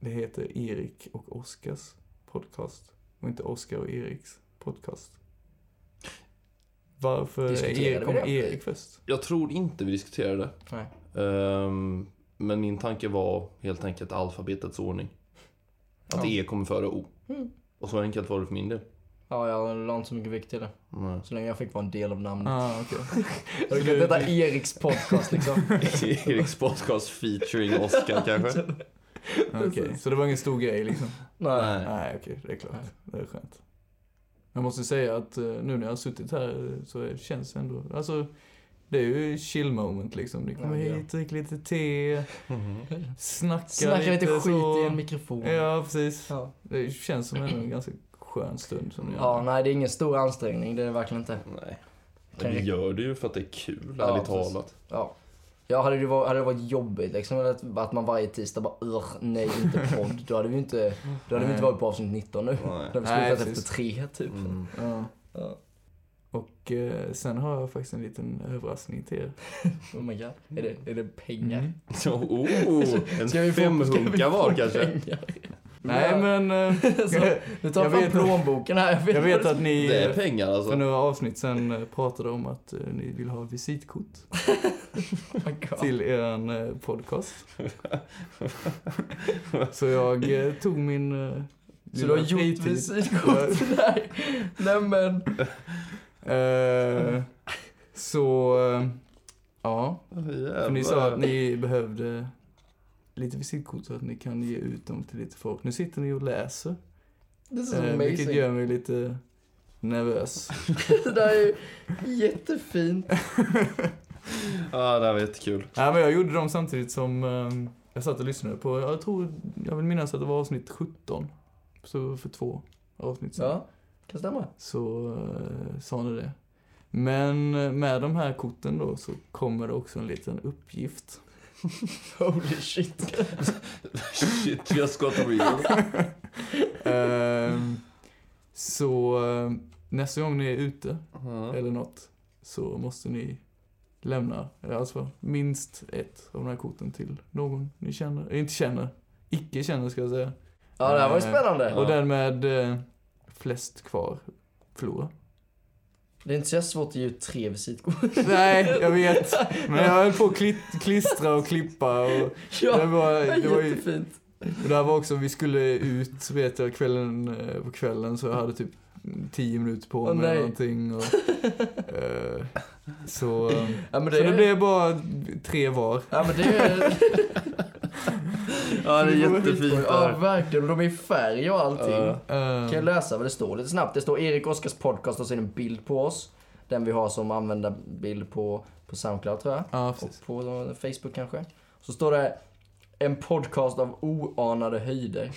[SPEAKER 3] det heter Erik och Oskars podcast och inte Oskar och Eriks podcast? Varför
[SPEAKER 2] Diskuterade
[SPEAKER 3] är Erik,
[SPEAKER 2] vi
[SPEAKER 3] kom
[SPEAKER 2] det?
[SPEAKER 3] Erik först?
[SPEAKER 1] Jag tror inte vi diskuterade det.
[SPEAKER 2] Nej.
[SPEAKER 1] Ehm, men min tanke var helt enkelt alfabetets ordning. Att
[SPEAKER 2] Ja.
[SPEAKER 1] E kommer före O.
[SPEAKER 2] Mm.
[SPEAKER 1] Och så enkelt var det för min del.
[SPEAKER 2] Ja, jag la inte så mycket vikt i det.
[SPEAKER 1] Nej.
[SPEAKER 2] Så länge jag fick vara en del av namnet.
[SPEAKER 3] Ah, okej.
[SPEAKER 2] Jag tycker att detta är Eriks podcast liksom.
[SPEAKER 1] *laughs* *laughs* Eriks podcast featuring
[SPEAKER 2] *laughs*
[SPEAKER 1] Oscar
[SPEAKER 2] Typ.
[SPEAKER 1] kanske?
[SPEAKER 3] Okej, Så det var ingen stor grej liksom?
[SPEAKER 2] Nej.
[SPEAKER 1] Nej.
[SPEAKER 3] Nej, okej. det är klart.
[SPEAKER 2] Nej.
[SPEAKER 3] Det är skönt. Jag måste säga att eh, nu när jag har suttit här eh, så är- känns det ändå... Alltså, det är ju chill moment liksom. Ni kommer
[SPEAKER 2] Ja, ja.
[SPEAKER 3] hit, dricker lite te, snackar
[SPEAKER 2] Snacka lite skit
[SPEAKER 3] så.
[SPEAKER 2] i en mikrofon.
[SPEAKER 3] Ja, precis.
[SPEAKER 2] Ja.
[SPEAKER 3] Det känns som ändå en ganska skön stund som ni
[SPEAKER 2] ja, nej det är ingen stor ansträngning, det är det verkligen inte.
[SPEAKER 1] Nej.
[SPEAKER 2] Kan
[SPEAKER 1] Vi
[SPEAKER 2] jag-
[SPEAKER 1] gör det ju för att det är kul,
[SPEAKER 2] Ja,
[SPEAKER 1] ärligt
[SPEAKER 2] precis.
[SPEAKER 1] talat.
[SPEAKER 2] Ja. Ja, hade det varit, hade det varit jobbigt liksom, att- att man varje tisdag bara "Ugh, nej inte podd. Då hade vi inte, då hade vi
[SPEAKER 3] Nej.
[SPEAKER 2] inte varit på avsnitt 19 nu.
[SPEAKER 1] Nej.
[SPEAKER 2] *laughs* Då hade vi
[SPEAKER 3] Nej,
[SPEAKER 2] slutat
[SPEAKER 3] precis.
[SPEAKER 2] efter tre typ.
[SPEAKER 1] Mm.
[SPEAKER 3] Ja.
[SPEAKER 2] Ja.
[SPEAKER 3] Och eh, sen har jag faktiskt en liten överraskning till er.
[SPEAKER 2] *laughs* Oh my god. Är det, är det pengar? *laughs*
[SPEAKER 3] Mm.
[SPEAKER 1] *laughs* Så, oh, en femhunka var
[SPEAKER 2] *laughs*
[SPEAKER 1] kanske.
[SPEAKER 3] Nej, men... Eh,
[SPEAKER 2] Så, nu tar
[SPEAKER 3] Jag
[SPEAKER 2] jag fram
[SPEAKER 3] vet-
[SPEAKER 2] plånboken här.
[SPEAKER 3] jag vet att ni
[SPEAKER 1] Det är
[SPEAKER 3] eh,
[SPEAKER 1] pengar
[SPEAKER 3] för
[SPEAKER 1] alltså.
[SPEAKER 3] några avsnitt sen eh, pratade om att eh, ni vill ha visitkort
[SPEAKER 2] *laughs* Oh my god.
[SPEAKER 3] till er eh,
[SPEAKER 2] *laughs*
[SPEAKER 3] podcast. Så jag eh, tog min... Eh,
[SPEAKER 2] Så
[SPEAKER 3] lilla
[SPEAKER 2] du har gjort
[SPEAKER 3] fritid.
[SPEAKER 2] visitkort? Nej. Nej men.
[SPEAKER 3] Eh, så... Eh, ja. För ni sa att ni behövde lite visitkort så att ni kan ge ut dem till lite folk. Nu sitter ni och läser.
[SPEAKER 2] This is
[SPEAKER 3] Eh, vilket
[SPEAKER 2] amazing.
[SPEAKER 3] gör mig lite nervös.
[SPEAKER 2] *laughs* Det där är ju jättefint.
[SPEAKER 1] Ja, det här var jättekul.
[SPEAKER 3] Nej men jag gjorde dem samtidigt som eh, jag satt och lyssnade på, jag tror, jag vill minnas att det var avsnitt 17. Så för två avsnitt sedan.
[SPEAKER 2] Ja, kan stämma.
[SPEAKER 3] Så eh, sa ni det. Men eh, med de här korten då så kommer det också en liten uppgift.
[SPEAKER 2] Holy shit.
[SPEAKER 1] *laughs* Shit, just got real.
[SPEAKER 3] *laughs* Ehm, så eh, nästa gång ni är ute
[SPEAKER 1] Ja.
[SPEAKER 3] eller något så måste ni lämna alltså minst ett av de här korten till någon ni känner, eh, inte känner, icke känner ska jag säga.
[SPEAKER 2] Ja, det här var ju
[SPEAKER 3] Eh,
[SPEAKER 2] spännande.
[SPEAKER 1] Ja.
[SPEAKER 3] Och den med eh, flest kvar förlorar.
[SPEAKER 2] Det är inte så svårt att ge ut tre visitkort.
[SPEAKER 3] Nej, jag vet. Men jag höll på att klit- klistra och klippa och det
[SPEAKER 2] Ja, det
[SPEAKER 3] var,
[SPEAKER 2] är
[SPEAKER 3] det var ju,
[SPEAKER 2] jättefint.
[SPEAKER 3] och det här var också, vi skulle ut vet jag kvällen, eh, på kvällen så jag hade typ 10 minuter på mig
[SPEAKER 2] Åh,
[SPEAKER 3] eller
[SPEAKER 2] nej.
[SPEAKER 3] någonting och, eh, så, eh,
[SPEAKER 2] Ja, *laughs* men
[SPEAKER 3] så
[SPEAKER 2] det
[SPEAKER 3] det
[SPEAKER 2] är...
[SPEAKER 3] blev bara tre var.
[SPEAKER 2] Ja, men
[SPEAKER 3] *laughs*
[SPEAKER 2] det är...
[SPEAKER 1] Ja, det är jättefint det
[SPEAKER 2] Ja,
[SPEAKER 1] här.
[SPEAKER 2] verkligen. Och de är i färg och allting.
[SPEAKER 1] Ja.
[SPEAKER 3] Eh,
[SPEAKER 2] Kan jag läsa vad det står lite snabbt? Det står Erik Oskars podcast och sen en bild på oss. Den vi har som användarbild på, på Soundcloud tror jag.
[SPEAKER 3] Ja,
[SPEAKER 2] Och
[SPEAKER 3] precis.
[SPEAKER 2] på Facebook kanske. Så står det
[SPEAKER 3] *laughs*
[SPEAKER 2] en podcast av oanade höjder.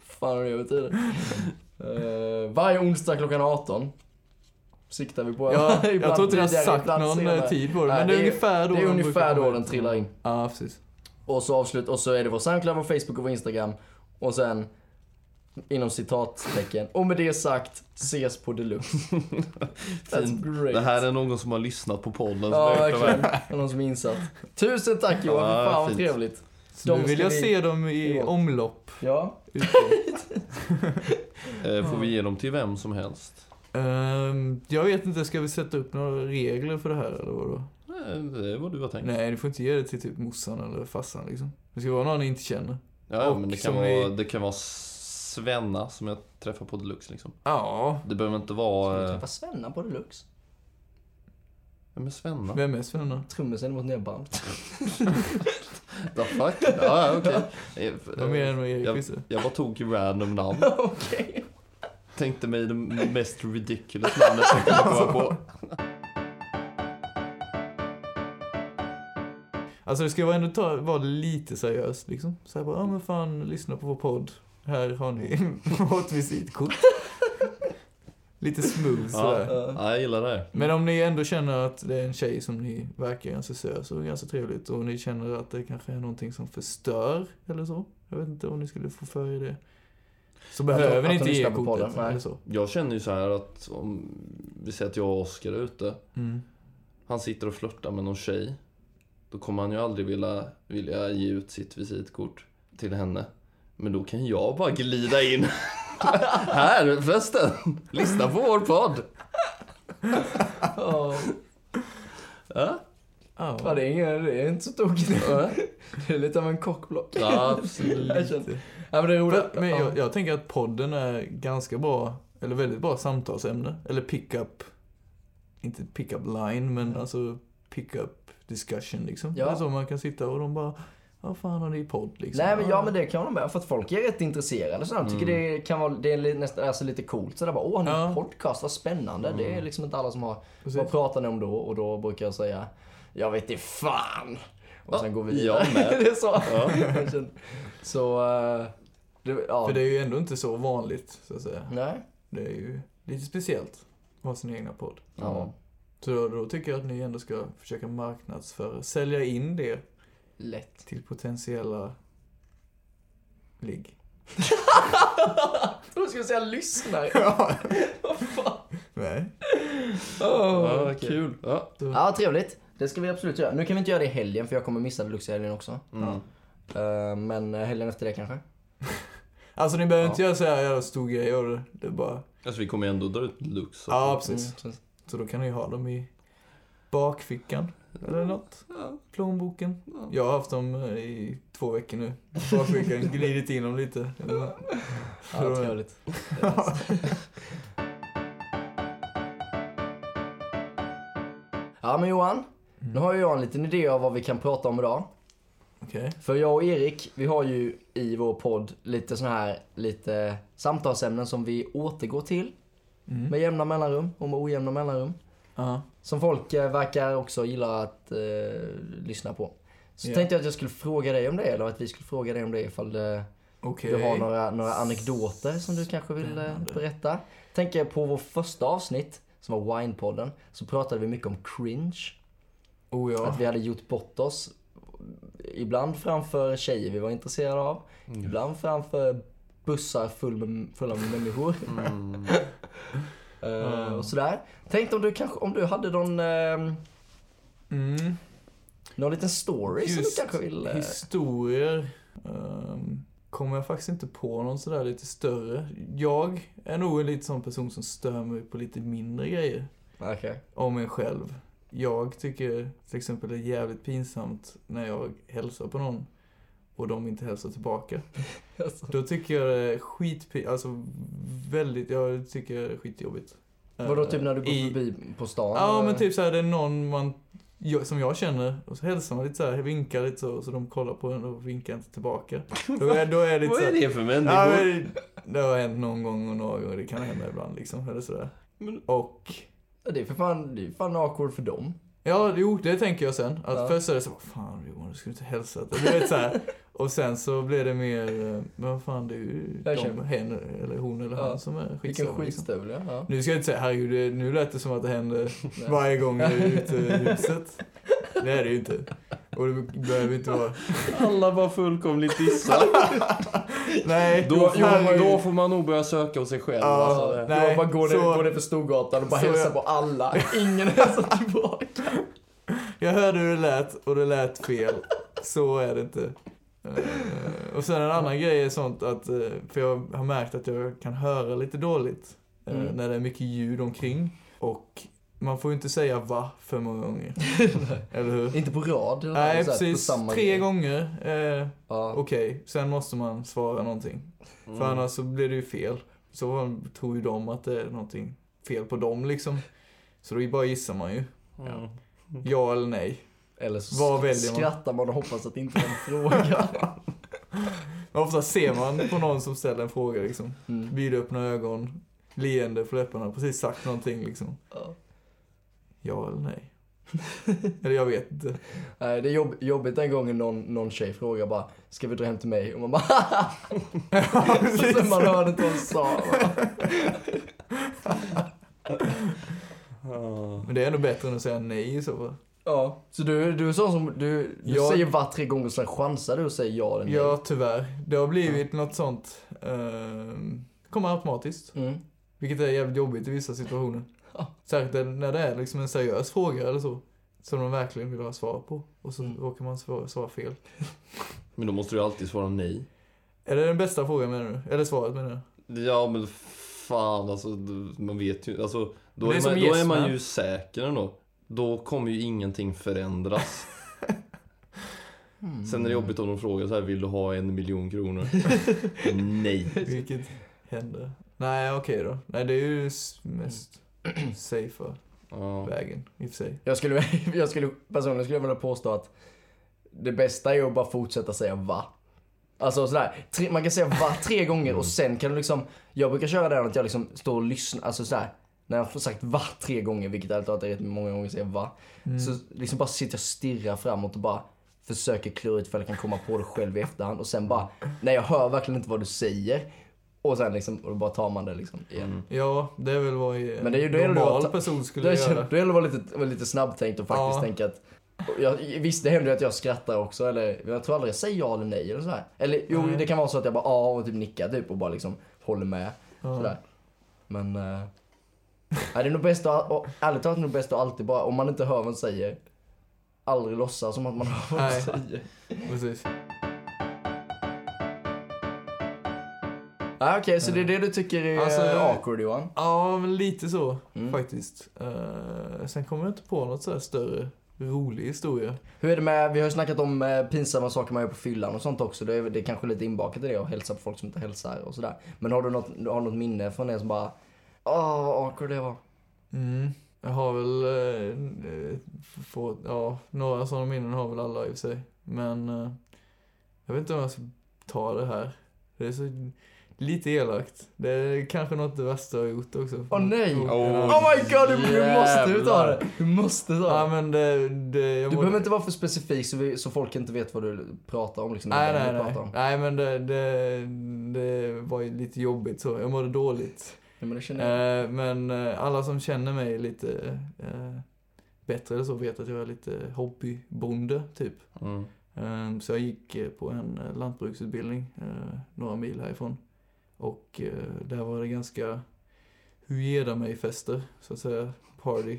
[SPEAKER 2] fan det betyder. Eh, varje onsdag klockan 18 siktar vi på.
[SPEAKER 3] Ja,
[SPEAKER 2] *laughs* Ibland
[SPEAKER 3] jag tror inte jag har
[SPEAKER 2] tidigare,
[SPEAKER 3] sagt
[SPEAKER 2] ibland
[SPEAKER 3] någon
[SPEAKER 2] senare.
[SPEAKER 3] eh, tid på det,
[SPEAKER 2] Nej,
[SPEAKER 3] men det är ungefär då
[SPEAKER 2] Det är
[SPEAKER 3] den brukar
[SPEAKER 2] ungefär då
[SPEAKER 3] komma
[SPEAKER 2] den
[SPEAKER 3] ut.
[SPEAKER 2] trillar in.
[SPEAKER 3] Ja, precis.
[SPEAKER 2] Och så avslut och så är det vår Soundcloud, vår Facebook och vår Instagram. Och sen inom citattecken. Och med det sagt, ses
[SPEAKER 3] *laughs*
[SPEAKER 2] på deluxe.
[SPEAKER 1] Fint.
[SPEAKER 2] That's great.
[SPEAKER 1] Det här är någon som har lyssnat på podden. som
[SPEAKER 2] Ja,
[SPEAKER 1] har gjort det
[SPEAKER 2] verkligen.
[SPEAKER 1] här.
[SPEAKER 2] Det är Någon som är insatt. Tusen tack Johan,
[SPEAKER 1] Ja,
[SPEAKER 2] ja, fan vad
[SPEAKER 1] fint.
[SPEAKER 2] trevligt.
[SPEAKER 3] Så
[SPEAKER 2] De
[SPEAKER 3] nu vill
[SPEAKER 2] ska
[SPEAKER 3] jag
[SPEAKER 2] vi-
[SPEAKER 3] se dem i
[SPEAKER 2] Ja.
[SPEAKER 3] omlopp.
[SPEAKER 2] Ja. *laughs*
[SPEAKER 3] ute.
[SPEAKER 1] Eh, Får vi ge dem till vem som helst?
[SPEAKER 3] Ehm, jag vet inte, ska vi sätta upp några regler för det här eller vadå?
[SPEAKER 1] Eh, Det är vad du har tänkt.
[SPEAKER 3] Nej, du får inte ge det till typ morsan eller farsan liksom. Det ska vara någon ni inte känner.
[SPEAKER 1] Ja,
[SPEAKER 3] Och
[SPEAKER 1] men det kan,
[SPEAKER 3] som
[SPEAKER 1] vara,
[SPEAKER 3] vi-
[SPEAKER 1] det kan vara Svenna som jag träffar på Deluxe liksom.
[SPEAKER 3] Ja,
[SPEAKER 1] Det behöver inte
[SPEAKER 2] Ska vi
[SPEAKER 1] vara... eh,
[SPEAKER 2] träffa Svenna på deluxe?
[SPEAKER 1] Vem är Svenna?
[SPEAKER 3] vem är Sven då?
[SPEAKER 2] Trummisen i vårt nya band.
[SPEAKER 1] The fuck? Ja, ja, okej.
[SPEAKER 3] *laughs*
[SPEAKER 1] Eh,
[SPEAKER 3] Vad menar du med Erik
[SPEAKER 1] jag-
[SPEAKER 3] Wisse?
[SPEAKER 1] Jag bara tog random namn.
[SPEAKER 2] *laughs* Okej.
[SPEAKER 1] Tänkte mig det mest ridiculous namnet jag kunde komma på.
[SPEAKER 3] Alltså det ska vara ändå ta, vara lite seriöst liksom. Så här bara, ja men fan, lyssna på vår podd. Här har ni *laughs* vårt visitkort. lite smooth sådär.
[SPEAKER 1] Ja, ja, jag gillar det.
[SPEAKER 3] Men om ni ändå känner att det är en tjej som ni verkar ganska sös och ganska trevligt och ni känner att det kanske är någonting som förstör eller så. Jag vet inte om ni skulle få för er det. Så behöver
[SPEAKER 2] att
[SPEAKER 3] ni
[SPEAKER 2] de
[SPEAKER 3] inte
[SPEAKER 2] lyssnar
[SPEAKER 3] ge
[SPEAKER 2] på podden,
[SPEAKER 3] kortet
[SPEAKER 2] nej.
[SPEAKER 3] eller så.
[SPEAKER 1] Jag känner ju så här att om vi säger att jag och Oskar är ute.
[SPEAKER 3] Mm.
[SPEAKER 1] Han sitter och flörtar med någon tjej. Då kommer han ju aldrig vilja, vilja ge ut sitt visitkort till henne. Men då kan jag bara glida in. *laughs* här förresten! Lyssna på vår podd!
[SPEAKER 2] Ja.
[SPEAKER 1] Ja,
[SPEAKER 2] Ja,
[SPEAKER 3] Ja,
[SPEAKER 2] det är, ingen, det är inte så tokigt. Det är lite av en kockblock.
[SPEAKER 1] ja
[SPEAKER 2] Jag
[SPEAKER 1] absolut.
[SPEAKER 2] känner- Ja, men det är roligt.
[SPEAKER 3] Men
[SPEAKER 2] Ja.
[SPEAKER 3] jag, jag tänker att podden är ganska bra, eller väldigt bra samtalsämne. Eller pick-up, inte pick-up line, men
[SPEAKER 2] Ja.
[SPEAKER 3] alltså pick-up discussion liksom.
[SPEAKER 2] Ja.
[SPEAKER 3] Det är så man kan sitta och de bara, vad fan har ni i podd liksom?
[SPEAKER 2] Nej men ja men det kan jag hålla med för att folk är rätt intresserade sådär. De tycker det kan vara, det är li- nästan alltså lite coolt sådär bara åh ni
[SPEAKER 3] Ja.
[SPEAKER 2] Mm. ja. podcast, vad spännande. Det är liksom inte alla som har,
[SPEAKER 3] Precis.
[SPEAKER 2] vad pratar ni om då? Och då brukar jag säga, jag vet inte fan. Och sen går vi vidare.
[SPEAKER 1] jag med.
[SPEAKER 2] *laughs* det är så. Jag känner- *laughs* så, eh, det, ja.
[SPEAKER 3] För det är ju ändå inte så vanligt, så att säga.
[SPEAKER 2] Nej.
[SPEAKER 3] Det är ju lite speciellt att ha sin egna podd.
[SPEAKER 2] Ja.
[SPEAKER 3] Så då, då tycker jag att ni ändå ska försöka marknadsföra, sälja in det
[SPEAKER 2] Lätt.
[SPEAKER 3] till potentiella ligg.
[SPEAKER 2] Jag trodde du skulle säga lyssnare.
[SPEAKER 3] Nej.
[SPEAKER 1] Ja, kul. Ja.
[SPEAKER 2] Ja, trevligt. Det ska vi absolut göra. Nu kan vi inte göra det i helgen för jag kommer missa Deluxe-helgen också.
[SPEAKER 1] Mm.
[SPEAKER 2] Eh, men eh, helgen efter det kanske.
[SPEAKER 3] Alltså ni behöver inte göra så här jävla stor grej av det. Det är bara...
[SPEAKER 1] Alltså vi kommer ju ändå dra ut Lux. så-
[SPEAKER 3] Ja, precis.
[SPEAKER 2] Mm,
[SPEAKER 3] Så då kan ni ha dem i bakfickan. Eller något. Plånboken. Jag har haft dem eh, i två veckor nu. Bakfickan,
[SPEAKER 2] *laughs*
[SPEAKER 3] glidit in dem lite.
[SPEAKER 2] Ja, trevligt. *laughs* Ja men Johan, nu har ju jag en liten idé av vad vi kan prata om idag.
[SPEAKER 3] Okej.
[SPEAKER 2] För jag och Erik, vi har ju i vår podd lite sån här, lite samtalsämnen som vi återgår till.
[SPEAKER 3] Mm.
[SPEAKER 2] Med jämna mellanrum och med ojämna mellanrum.
[SPEAKER 3] Ja.
[SPEAKER 2] Som folk eh, verkar också gilla att eh, lyssna på. Så
[SPEAKER 3] Ja.
[SPEAKER 2] tänkte jag att jag skulle fråga dig om det, eller att vi skulle fråga dig om det ifall det,
[SPEAKER 3] Okej.
[SPEAKER 2] du har några, några anekdoter som du kanske vill eh,
[SPEAKER 3] Spännande.
[SPEAKER 2] berätta. Tänker på vår första avsnitt, som var Winepodden, så pratade vi mycket om cringe.
[SPEAKER 3] Oh ja.
[SPEAKER 2] Att vi hade gjort bort oss. eh, Ibland framför tjejer vi var intresserade av. Ibland framför bussar full med, fulla med människor.
[SPEAKER 3] *laughs* Mm.
[SPEAKER 2] Eh, och sådär. Tänk om du kanske, om du hade någon, eh,
[SPEAKER 3] Mm.
[SPEAKER 2] någon liten story som du
[SPEAKER 3] Just
[SPEAKER 2] kanske vill... eh,
[SPEAKER 3] historier. ehm, kommer jag faktiskt inte på någon sådär lite större. Jag är nog en lite sån person som stör mig på lite mindre grejer. *laughs*
[SPEAKER 2] Okej.
[SPEAKER 3] Om en själv. Jag tycker till exempel det är jävligt pinsamt när jag hälsar på någon och de inte hälsar tillbaka. Då tycker jag det är skitpinsamt, alltså väldigt, jag tycker det är skitjobbigt.
[SPEAKER 2] Vadå typ när du går
[SPEAKER 3] I-
[SPEAKER 2] förbi på stan?
[SPEAKER 3] Ja
[SPEAKER 2] eller?
[SPEAKER 3] men typ såhär, det är någon man, jag, som jag känner, och så hälsar man lite såhär, vinkar lite så, så de kollar på en och vinkar inte tillbaka. Då är, då är det lite
[SPEAKER 1] Vad är
[SPEAKER 3] såhär,
[SPEAKER 1] det för människor?
[SPEAKER 3] ja, men, det har hänt någon gång och några gånger, det kan hända ibland liksom, eller sådär.
[SPEAKER 1] Men-
[SPEAKER 3] Och,
[SPEAKER 2] Det är för fan, det är fan awkward för dem.
[SPEAKER 3] ja jo, det tänker jag sen. Att
[SPEAKER 2] Ja. *laughs*
[SPEAKER 3] Först är det så, vad fan Johan, du skulle inte hälsa. Det blir lite såhär, Och sen så blir det mer, eh, men vad fan det är ju
[SPEAKER 2] Jag
[SPEAKER 3] de,
[SPEAKER 2] känner-
[SPEAKER 3] hen eller hon eller
[SPEAKER 2] Ja.
[SPEAKER 3] han som är
[SPEAKER 2] Vilken
[SPEAKER 3] skitsam. Liksom.
[SPEAKER 2] skitstövel ja. ja.
[SPEAKER 3] Nu ska jag inte säga, herregud, det- nu lät det som att det hände
[SPEAKER 2] Nej.
[SPEAKER 3] varje gång jag är
[SPEAKER 2] *laughs*
[SPEAKER 3] ute i huset. Det är det ju inte. Och det behöver inte
[SPEAKER 2] *laughs*
[SPEAKER 3] vara...
[SPEAKER 1] Alla var fullkomligt dissade.
[SPEAKER 3] Nej,
[SPEAKER 1] Då,
[SPEAKER 3] det här är ju-
[SPEAKER 1] då får man nog börja söka hos sig själv.
[SPEAKER 3] Ja,
[SPEAKER 1] alltså det.
[SPEAKER 2] Nej,
[SPEAKER 3] Nej,
[SPEAKER 2] bara går,
[SPEAKER 3] så-
[SPEAKER 2] ner, går ner för Storgatan och bara
[SPEAKER 3] så
[SPEAKER 2] hälsar
[SPEAKER 3] jag-
[SPEAKER 2] på alla. Ingen *laughs* hälsar tillbaka.
[SPEAKER 3] Jag hörde hur det lät och det lät fel. Så är det inte. Eh, Och sen en annan grej är sånt att, eh, för jag har märkt att jag kan höra lite dåligt eh,
[SPEAKER 2] Mm.
[SPEAKER 3] när det är mycket ljud omkring. Och man får ju inte säga va för många
[SPEAKER 2] *laughs*
[SPEAKER 3] gånger. Eller hur?
[SPEAKER 2] Inte på rad. eller
[SPEAKER 3] Nej,
[SPEAKER 2] så här, På
[SPEAKER 3] precis.
[SPEAKER 2] samma
[SPEAKER 3] Tre
[SPEAKER 2] grej.
[SPEAKER 3] gånger. Eh,
[SPEAKER 2] Ja. Mm.
[SPEAKER 3] Okej, sen måste man svara någonting. För
[SPEAKER 1] alltså.
[SPEAKER 3] annars så blir det ju fel. Så tror ju de att det är någonting fel på dem liksom. Så då bara gissar man ju.
[SPEAKER 1] Mm.
[SPEAKER 3] Ja eller nej.
[SPEAKER 2] Eller så
[SPEAKER 3] Vad väljer man?
[SPEAKER 2] skrattar man och hoppas att det inte är en fråga.
[SPEAKER 3] *laughs* Men ofta ser man på någon som ställer en fråga liksom.
[SPEAKER 2] Mm.
[SPEAKER 3] Vidöppna ögon, leende på läpparna, precis sagt någonting liksom.
[SPEAKER 2] Ja.
[SPEAKER 3] Ja eller
[SPEAKER 2] *laughs*
[SPEAKER 3] nej? eller jag vet inte.
[SPEAKER 2] Nej, Eh, det är jobb, jobbigt den gången någon, någon tjej frågar bara Ska vi dra hem till mig? Och man bara *laughs* "Haha!" Och
[SPEAKER 3] precis.
[SPEAKER 2] sen man hörde inte vad hon sa.
[SPEAKER 3] Men det är ändå bättre än att säga nej i så fall.
[SPEAKER 2] Ja. Så du, du är sån som, du, du
[SPEAKER 3] Ja.
[SPEAKER 2] säger va tre gånger och sen chansar du och säger ja eller nej.
[SPEAKER 3] Ja, tyvärr. Det har blivit något sånt. ehm, kommer automatiskt.
[SPEAKER 2] Mm.
[SPEAKER 3] Vilket är jävligt jobbigt i vissa situationer.
[SPEAKER 2] Ja.
[SPEAKER 3] Särskilt när det är liksom en seriös fråga eller så. Som de verkligen vill ha svar på. Och så
[SPEAKER 2] Mm.
[SPEAKER 3] råkar man svara, svara fel.
[SPEAKER 1] Men då måste du alltid svara nej.
[SPEAKER 3] Är det den bästa frågan menar du? Eller svaret menar jag?
[SPEAKER 1] Ja men fan alltså, du- man vet ju. Alltså, då,
[SPEAKER 3] Det är
[SPEAKER 1] är
[SPEAKER 3] som
[SPEAKER 1] man, då är
[SPEAKER 3] gäst,
[SPEAKER 1] man
[SPEAKER 3] va?
[SPEAKER 1] ju säker ändå. Då kommer ju ingenting förändras. Sen är det jobbigt om de frågar så här, vill du ha en miljon *laughs* kronor? nej.
[SPEAKER 3] Vilket händer. Nej, okej då. Nej, det är ju s- mest
[SPEAKER 2] Mm. *clears throat*
[SPEAKER 3] safe
[SPEAKER 1] Ja.
[SPEAKER 3] vägen i och för sig.
[SPEAKER 2] Jag skulle, *laughs* jag skulle personligen skulle jag vilja påstå att det bästa är att bara fortsätta säga va. Alltså sådär, tre, man kan säga va tre gånger och sen kan du liksom, jag brukar köra det här att jag liksom står och lyssnar, alltså sådär. När jag har sagt va tre gånger, vilket ärligt talat är rätt många gånger jag säger va. Så liksom bara sitter jag och stirrar framåt och bara försöker klura ut ifall jag kan komma på det själv i efterhand. Och sen bara, nej jag hör verkligen inte vad du säger. Och sen liksom, och då bara tar man det liksom igen.
[SPEAKER 1] Mm.
[SPEAKER 3] Ja, det är väl vad en
[SPEAKER 2] Men det är ju- det är väl
[SPEAKER 3] normal
[SPEAKER 2] vad-
[SPEAKER 3] person skulle
[SPEAKER 2] Det
[SPEAKER 3] göra.
[SPEAKER 2] gäller det gäller att vara lite, vara lite snabbtänkt och faktiskt
[SPEAKER 3] Ja.
[SPEAKER 2] tänka att jag, visst, det händer ju att jag skrattar också. Eller, jag tror aldrig jag säger ja eller nej. Eller, så här. eller jo,
[SPEAKER 3] Mm.
[SPEAKER 2] det kan vara så att jag bara ja och typ nickar typ, och bara liksom håller med.
[SPEAKER 3] Ja.
[SPEAKER 2] Sådär. Men eh, nej, det är nog bäst att, och, ärligt talat är det nog bäst att alltid bara, om man inte hör vad man säger, aldrig låtsas som att man hör vad man
[SPEAKER 3] Nej.
[SPEAKER 2] säger.
[SPEAKER 3] Precis.
[SPEAKER 2] Ah, Okej, så det är det du tycker är
[SPEAKER 3] Alltså,
[SPEAKER 2] eh,
[SPEAKER 3] jag-
[SPEAKER 2] awkward Johan?
[SPEAKER 3] Ja, men lite så
[SPEAKER 2] Mm.
[SPEAKER 3] faktiskt. Eh, sen kommer jag inte på något så här större rolig historia.
[SPEAKER 2] Hur är det med, vi har ju snackat om eh, pinsamma saker man gör på fyllan och sånt också. Det är, det är kanske lite inbakat i det och hälsa på folk som inte hälsar och sådär. Men har du något, har du något minne från det som bara, åh vad awkward det var.
[SPEAKER 3] Mm. Jag har väl eh, eh, fått, ja, några sådana minnen har väl alla i och för sig. Men eh, jag vet inte om jag ska ta det här. Det är så lite elakt. Det är kanske något det värsta jag har gjort också.
[SPEAKER 2] Åh, nej!
[SPEAKER 1] Åh,
[SPEAKER 2] Oh my god, du, du måste du ta
[SPEAKER 1] jävlar.
[SPEAKER 2] det! Du måste ta
[SPEAKER 3] Ja
[SPEAKER 2] det.
[SPEAKER 3] men det, det jag
[SPEAKER 2] Du
[SPEAKER 3] mår-
[SPEAKER 2] behöver inte vara för specifik så, vi, så folk inte vet vad du pratar om liksom.
[SPEAKER 3] Nej
[SPEAKER 2] vad
[SPEAKER 3] nej
[SPEAKER 2] du
[SPEAKER 3] nej.
[SPEAKER 2] pratar om.
[SPEAKER 3] Nej men det, det, det var ju lite jobbigt så. Jag mådde dåligt.
[SPEAKER 2] Nej, men det känner jag.
[SPEAKER 3] Eh, men eh, alla som känner mig lite eh, bättre eller så vet att jag är lite hobbybonde typ.
[SPEAKER 1] Mm.
[SPEAKER 3] Ehm, Så jag gick eh, på en eh, lantbruksutbildning eh, några mil härifrån. Och eh, där var det ganska hujeda mig-fester, så att säga. Party.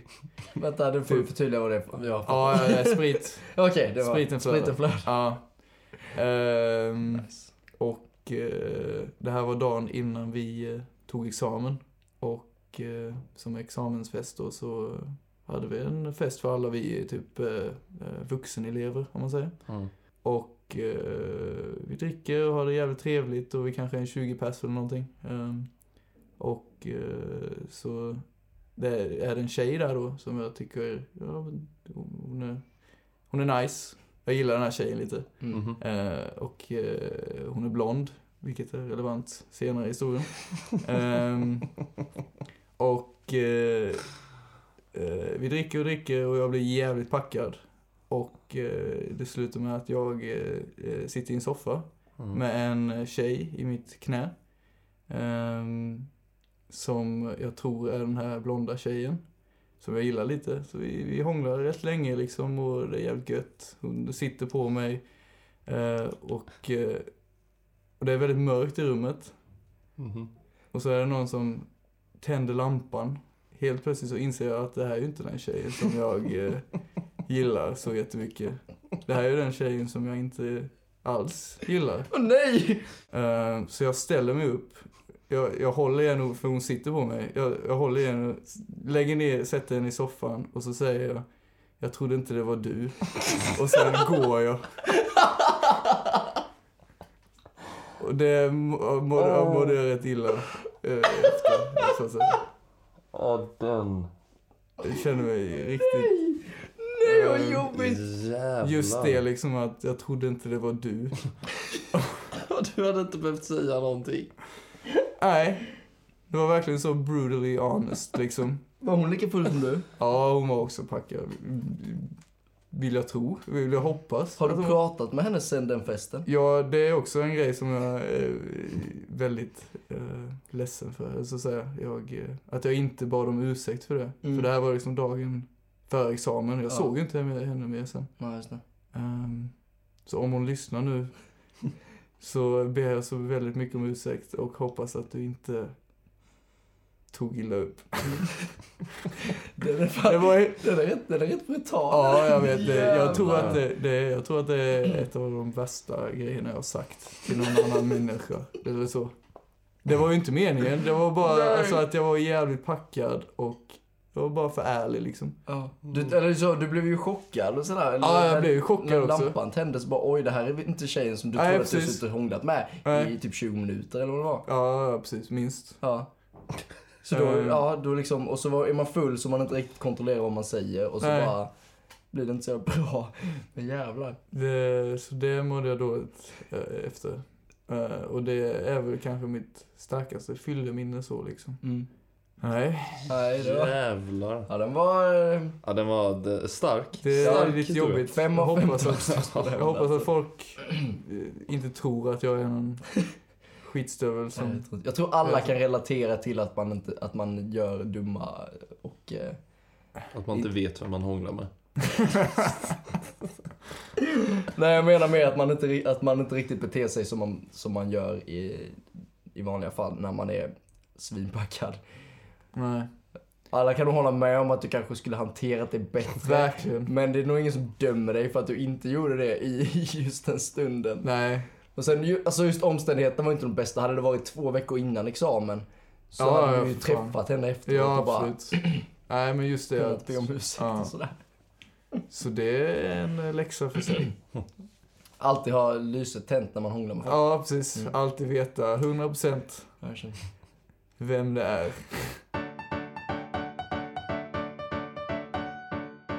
[SPEAKER 2] Vänta, du får förtydliga vad det är. typ. Ja.
[SPEAKER 3] Ja, ja, ja, sprit.
[SPEAKER 2] *laughs* Okej, det var
[SPEAKER 3] Spriten flödar.
[SPEAKER 2] Spriten flödar.
[SPEAKER 3] Ja. Ehm,
[SPEAKER 2] Nice.
[SPEAKER 3] och eh, det här var dagen innan vi eh, tog examen. Och eh, som examensfest då så hade vi en fest för alla vi eh, typ eh, eh, vuxenelever, om man säger.
[SPEAKER 1] Mm.
[SPEAKER 3] Och eh, vi dricker och har det jävligt trevligt och vi kanske är en 20 pers eller någonting. Ehm, och eh, så det är det en tjej där då som jag tycker, ja, hon är, hon är nice. Jag gillar den här tjejen lite.
[SPEAKER 2] Mm.
[SPEAKER 1] Mhm.
[SPEAKER 3] Eh, och eh, hon är blond, vilket är relevant senare i historien. Ehm, och eh, eh, vi dricker och dricker och jag blir jävligt packad. Och eh, det slutar med att jag eh, eh, sitter i en soffa
[SPEAKER 1] Mm.
[SPEAKER 3] med en tjej i mitt knä. ehm, som jag tror är den här blonda tjejen. Som jag gillar lite. Så vi, vi hånglar rätt länge liksom och det är jävligt gött. Hon sitter på mig. eh, och, eh, och det är väldigt mörkt i rummet.
[SPEAKER 1] Mhm.
[SPEAKER 3] Och så är det någon som tänder lampan. Helt plötsligt så inser jag att det här är ju inte den tjejen som jag eh, gillar så jättemycket. Det här är ju den tjejen som jag inte alls gillar.
[SPEAKER 2] Åh nej!
[SPEAKER 3] Eh, så jag ställer mig upp. Jag, jag håller i henne, för hon sitter på mig. Jag, jag håller i henne, lägger ner, sätter henne i soffan och så säger jag Jag trodde inte det var du. Och sen går jag. Och det må- mådde jag mådde jag rätt illa eh, efter. Så att säga.
[SPEAKER 1] Ja, den.
[SPEAKER 3] Jag känner mig riktigt...
[SPEAKER 2] Nej vad
[SPEAKER 3] Eh,
[SPEAKER 2] jobbigt!
[SPEAKER 1] Jävlar.
[SPEAKER 3] Just det liksom att jag trodde inte det var du.
[SPEAKER 1] Ja, *laughs* Du hade inte behövt säga någonting.
[SPEAKER 3] Nej. Det var verkligen så brutally honest liksom.
[SPEAKER 2] Var hon lika full som du?
[SPEAKER 3] Ja, hon var också packad. Vill jag tro, vill jag hoppas.
[SPEAKER 2] Har
[SPEAKER 3] Att
[SPEAKER 2] du
[SPEAKER 3] hon-
[SPEAKER 2] pratat med henne sen den festen?
[SPEAKER 3] Ja, det är också en grej som jag är eh, väldigt eh, ledsen för. Så att, säga. Jag, eh, att jag inte bad om ursäkt för det.
[SPEAKER 2] Mm.
[SPEAKER 3] För det här var liksom dagen före examen. Jag
[SPEAKER 2] Ja.
[SPEAKER 3] såg ju inte henne henne mer sen.
[SPEAKER 2] Nej, just det.
[SPEAKER 3] Ehm, så om hon lyssnar
[SPEAKER 2] *laughs*
[SPEAKER 3] nu så ber jag så väldigt mycket om ursäkt och hoppas att du inte tog illa upp.
[SPEAKER 2] Den är *laughs* fan...
[SPEAKER 3] Det var,
[SPEAKER 2] Den är rätt, den är rätt brutal.
[SPEAKER 3] Ja, jag vet det. Jag tror,
[SPEAKER 1] Jävlar.
[SPEAKER 3] att det, det. jag tror att det är ett av de värsta grejerna jag har sagt till någon annan människa. Eller så. Det var ju inte meningen. Det var bara
[SPEAKER 2] Nej.
[SPEAKER 3] alltså, att jag var jävligt packad och jag var bara för ärlig liksom.
[SPEAKER 2] Ja. Du, eller så, du blev ju chockad och sådär. Eller,
[SPEAKER 3] Ja, jag
[SPEAKER 2] när-
[SPEAKER 3] blev ju chockad
[SPEAKER 2] När
[SPEAKER 3] också.
[SPEAKER 2] lampan tändes bara oj det här är inte tjejen som du
[SPEAKER 3] Nej,
[SPEAKER 2] trodde att du
[SPEAKER 3] precis.
[SPEAKER 2] suttit och hånglat med i
[SPEAKER 3] Nej.
[SPEAKER 2] typ 20 minuter eller vad det var.
[SPEAKER 3] Ja, ja, precis. Minst.
[SPEAKER 2] Ja. Så då,
[SPEAKER 3] Eh.
[SPEAKER 2] ja, då liksom, och så var, är man full så man inte riktigt kontrollerar vad man säger och så
[SPEAKER 3] Nej.
[SPEAKER 2] bara blir det inte så jävla bra. Men jävlar.
[SPEAKER 3] Det, så det mådde jag dåligt eh, efter. Eh, och det är väl kanske mitt starkaste fylleminne så liksom. Nej,
[SPEAKER 2] Nej, det var...
[SPEAKER 1] Jävlar.
[SPEAKER 2] Ja, den var... eh,
[SPEAKER 1] Ja, den var eh, stark.
[SPEAKER 3] det är
[SPEAKER 1] Stark
[SPEAKER 3] lite
[SPEAKER 1] historia.
[SPEAKER 3] jobbigt.
[SPEAKER 2] Fem
[SPEAKER 3] Jag
[SPEAKER 2] av
[SPEAKER 3] hoppas
[SPEAKER 2] femton.
[SPEAKER 3] att- *laughs* Jag hoppas att folk eh, inte tror att jag är någon
[SPEAKER 2] *laughs*
[SPEAKER 3] skitstövel
[SPEAKER 2] Nej,
[SPEAKER 3] som...
[SPEAKER 2] jag, tror inte. jag tror alla kan relatera till att man, inte, att man gör dumma och... Eh,
[SPEAKER 1] Att man inte vet vem man hånglar med.
[SPEAKER 2] nej, jag menar mer att man inte, ri- att man inte riktigt beter sig som man, som man gör i, i vanliga fall när man är svinpackad.
[SPEAKER 3] Nej,
[SPEAKER 2] Alla kan nog hålla med om att du kanske skulle hanterat det
[SPEAKER 3] *laughs*
[SPEAKER 2] bättre.
[SPEAKER 3] verkligen.
[SPEAKER 2] Men det är nog ingen som dömer dig för att du inte gjorde det i *laughs* just den stunden.
[SPEAKER 3] Nej.
[SPEAKER 2] Och sen, ju- alltså just omständigheterna var inte de bästa. Hade det varit två veckor innan examen så
[SPEAKER 3] Ja,
[SPEAKER 2] hade
[SPEAKER 3] ja,
[SPEAKER 2] du ju
[SPEAKER 3] för fan.
[SPEAKER 2] träffat henne efteråt
[SPEAKER 3] Ja,
[SPEAKER 2] och bara
[SPEAKER 3] absolut. Nej, men just det.
[SPEAKER 2] kunnat
[SPEAKER 3] Att,
[SPEAKER 2] be om ursäkt
[SPEAKER 3] Ja.
[SPEAKER 2] och sådär.
[SPEAKER 3] så det är en eh, läxa för
[SPEAKER 2] *clears throat*
[SPEAKER 3] sig.
[SPEAKER 2] Alltid ha lyset tänt när man hånglar med folk.
[SPEAKER 3] Ja, precis.
[SPEAKER 2] Mm.
[SPEAKER 3] Alltid veta 100%
[SPEAKER 2] Jag känner-
[SPEAKER 3] vem det är.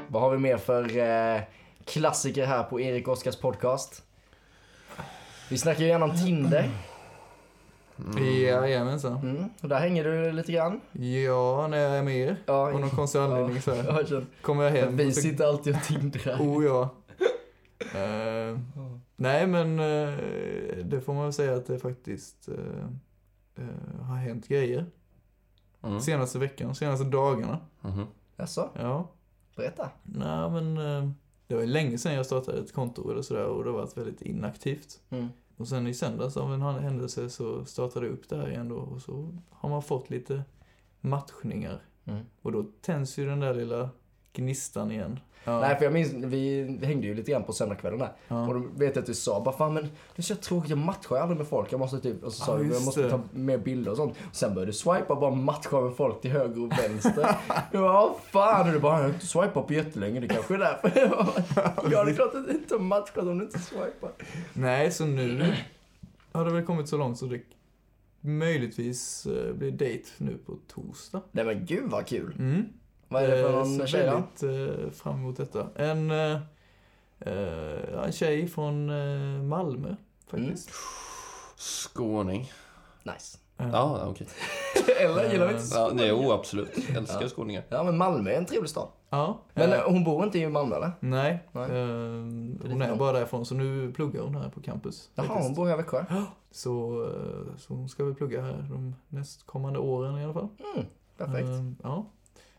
[SPEAKER 2] Vad har vi mer för eh, klassiker här på Erik Oskars podcast? Vi snackar ju igenom Tinder.
[SPEAKER 3] Jajamensan.
[SPEAKER 2] Mm. Och där hänger du lite grann.
[SPEAKER 3] Ja, när jag är med er.
[SPEAKER 2] Ja,
[SPEAKER 3] Av någon konstig anledning så här.
[SPEAKER 2] jag känner.
[SPEAKER 3] Kommer jag hem
[SPEAKER 2] Vi
[SPEAKER 3] och så-
[SPEAKER 2] sitter alltid och tindrar.
[SPEAKER 3] Oh
[SPEAKER 2] *laughs*
[SPEAKER 3] ja. Eh, nej men eh, det får man väl säga att det faktiskt eh, eh, har hänt grejer.
[SPEAKER 1] Mm.
[SPEAKER 3] Senaste veckan, senaste dagarna.
[SPEAKER 1] Mhm.
[SPEAKER 2] Jaså,
[SPEAKER 3] Ja.
[SPEAKER 2] berätta.
[SPEAKER 3] Nej men eh, det var ju länge sedan jag startade ett konto eller sådär och det har varit väldigt inaktivt.
[SPEAKER 2] Mm.
[SPEAKER 3] Och sen i söndags av en händelse så startade jag upp det här igen då och så har man fått lite matchningar.
[SPEAKER 2] Mm.
[SPEAKER 3] Och då tänds ju den där lilla gnistan igen. Ja.
[SPEAKER 2] Nej, för jag minns, vi vi hängde ju lite grann på söndagskvällen där. Och
[SPEAKER 3] ja.
[SPEAKER 2] då vet jag att du sa bara fan men det är så tråkigt, jag matchar ju aldrig med folk. Jag måste typ, och så sa
[SPEAKER 3] Ja,
[SPEAKER 2] du jag
[SPEAKER 3] just
[SPEAKER 2] måste
[SPEAKER 3] det.
[SPEAKER 2] ta mer bilder och sånt. Och sen började du swipa och bara matcha med folk till höger och vänster. *laughs* jag bara, "Åh, fan. Och du bara, jag har inte swipat på jättelänge, det kanske är därför. *laughs* Jag bara, ja det är klart att du inte har matchat om du inte swipar.
[SPEAKER 3] Nej, så nu har det väl kommit så långt så det möjligtvis eh, blir dejt nu på torsdag.
[SPEAKER 2] Nej men gud vad kul.
[SPEAKER 3] Mm.
[SPEAKER 2] Vad är det för
[SPEAKER 3] Eh,
[SPEAKER 2] någon
[SPEAKER 3] ser
[SPEAKER 2] tjej då?
[SPEAKER 3] väldigt eh, fram emot detta. En, eh, eh, ja, en tjej från eh,
[SPEAKER 2] Mm.
[SPEAKER 3] Malmö faktiskt.
[SPEAKER 1] Skåning.
[SPEAKER 2] Nice.
[SPEAKER 1] Ja, okej.
[SPEAKER 2] *laughs* Eller gillar vi inte
[SPEAKER 1] Ja, nej, oh, absolut. Jag älskar skåningar.
[SPEAKER 2] Ja, men Malmö är en trevlig stad.
[SPEAKER 3] Ja.
[SPEAKER 2] Men
[SPEAKER 3] Eh,
[SPEAKER 2] eh, hon bor inte i Malmö eller?
[SPEAKER 3] nej.
[SPEAKER 2] nej.
[SPEAKER 3] Eh, hon är bara därifrån, så nu pluggar hon här på campus.
[SPEAKER 2] Jaha,
[SPEAKER 3] faktiskt.
[SPEAKER 2] hon bor här i Växjö.
[SPEAKER 3] Så, eh, så hon ska väl plugga här de nästkommande åren i alla fall.
[SPEAKER 2] Perfekt.
[SPEAKER 3] Eh, ja.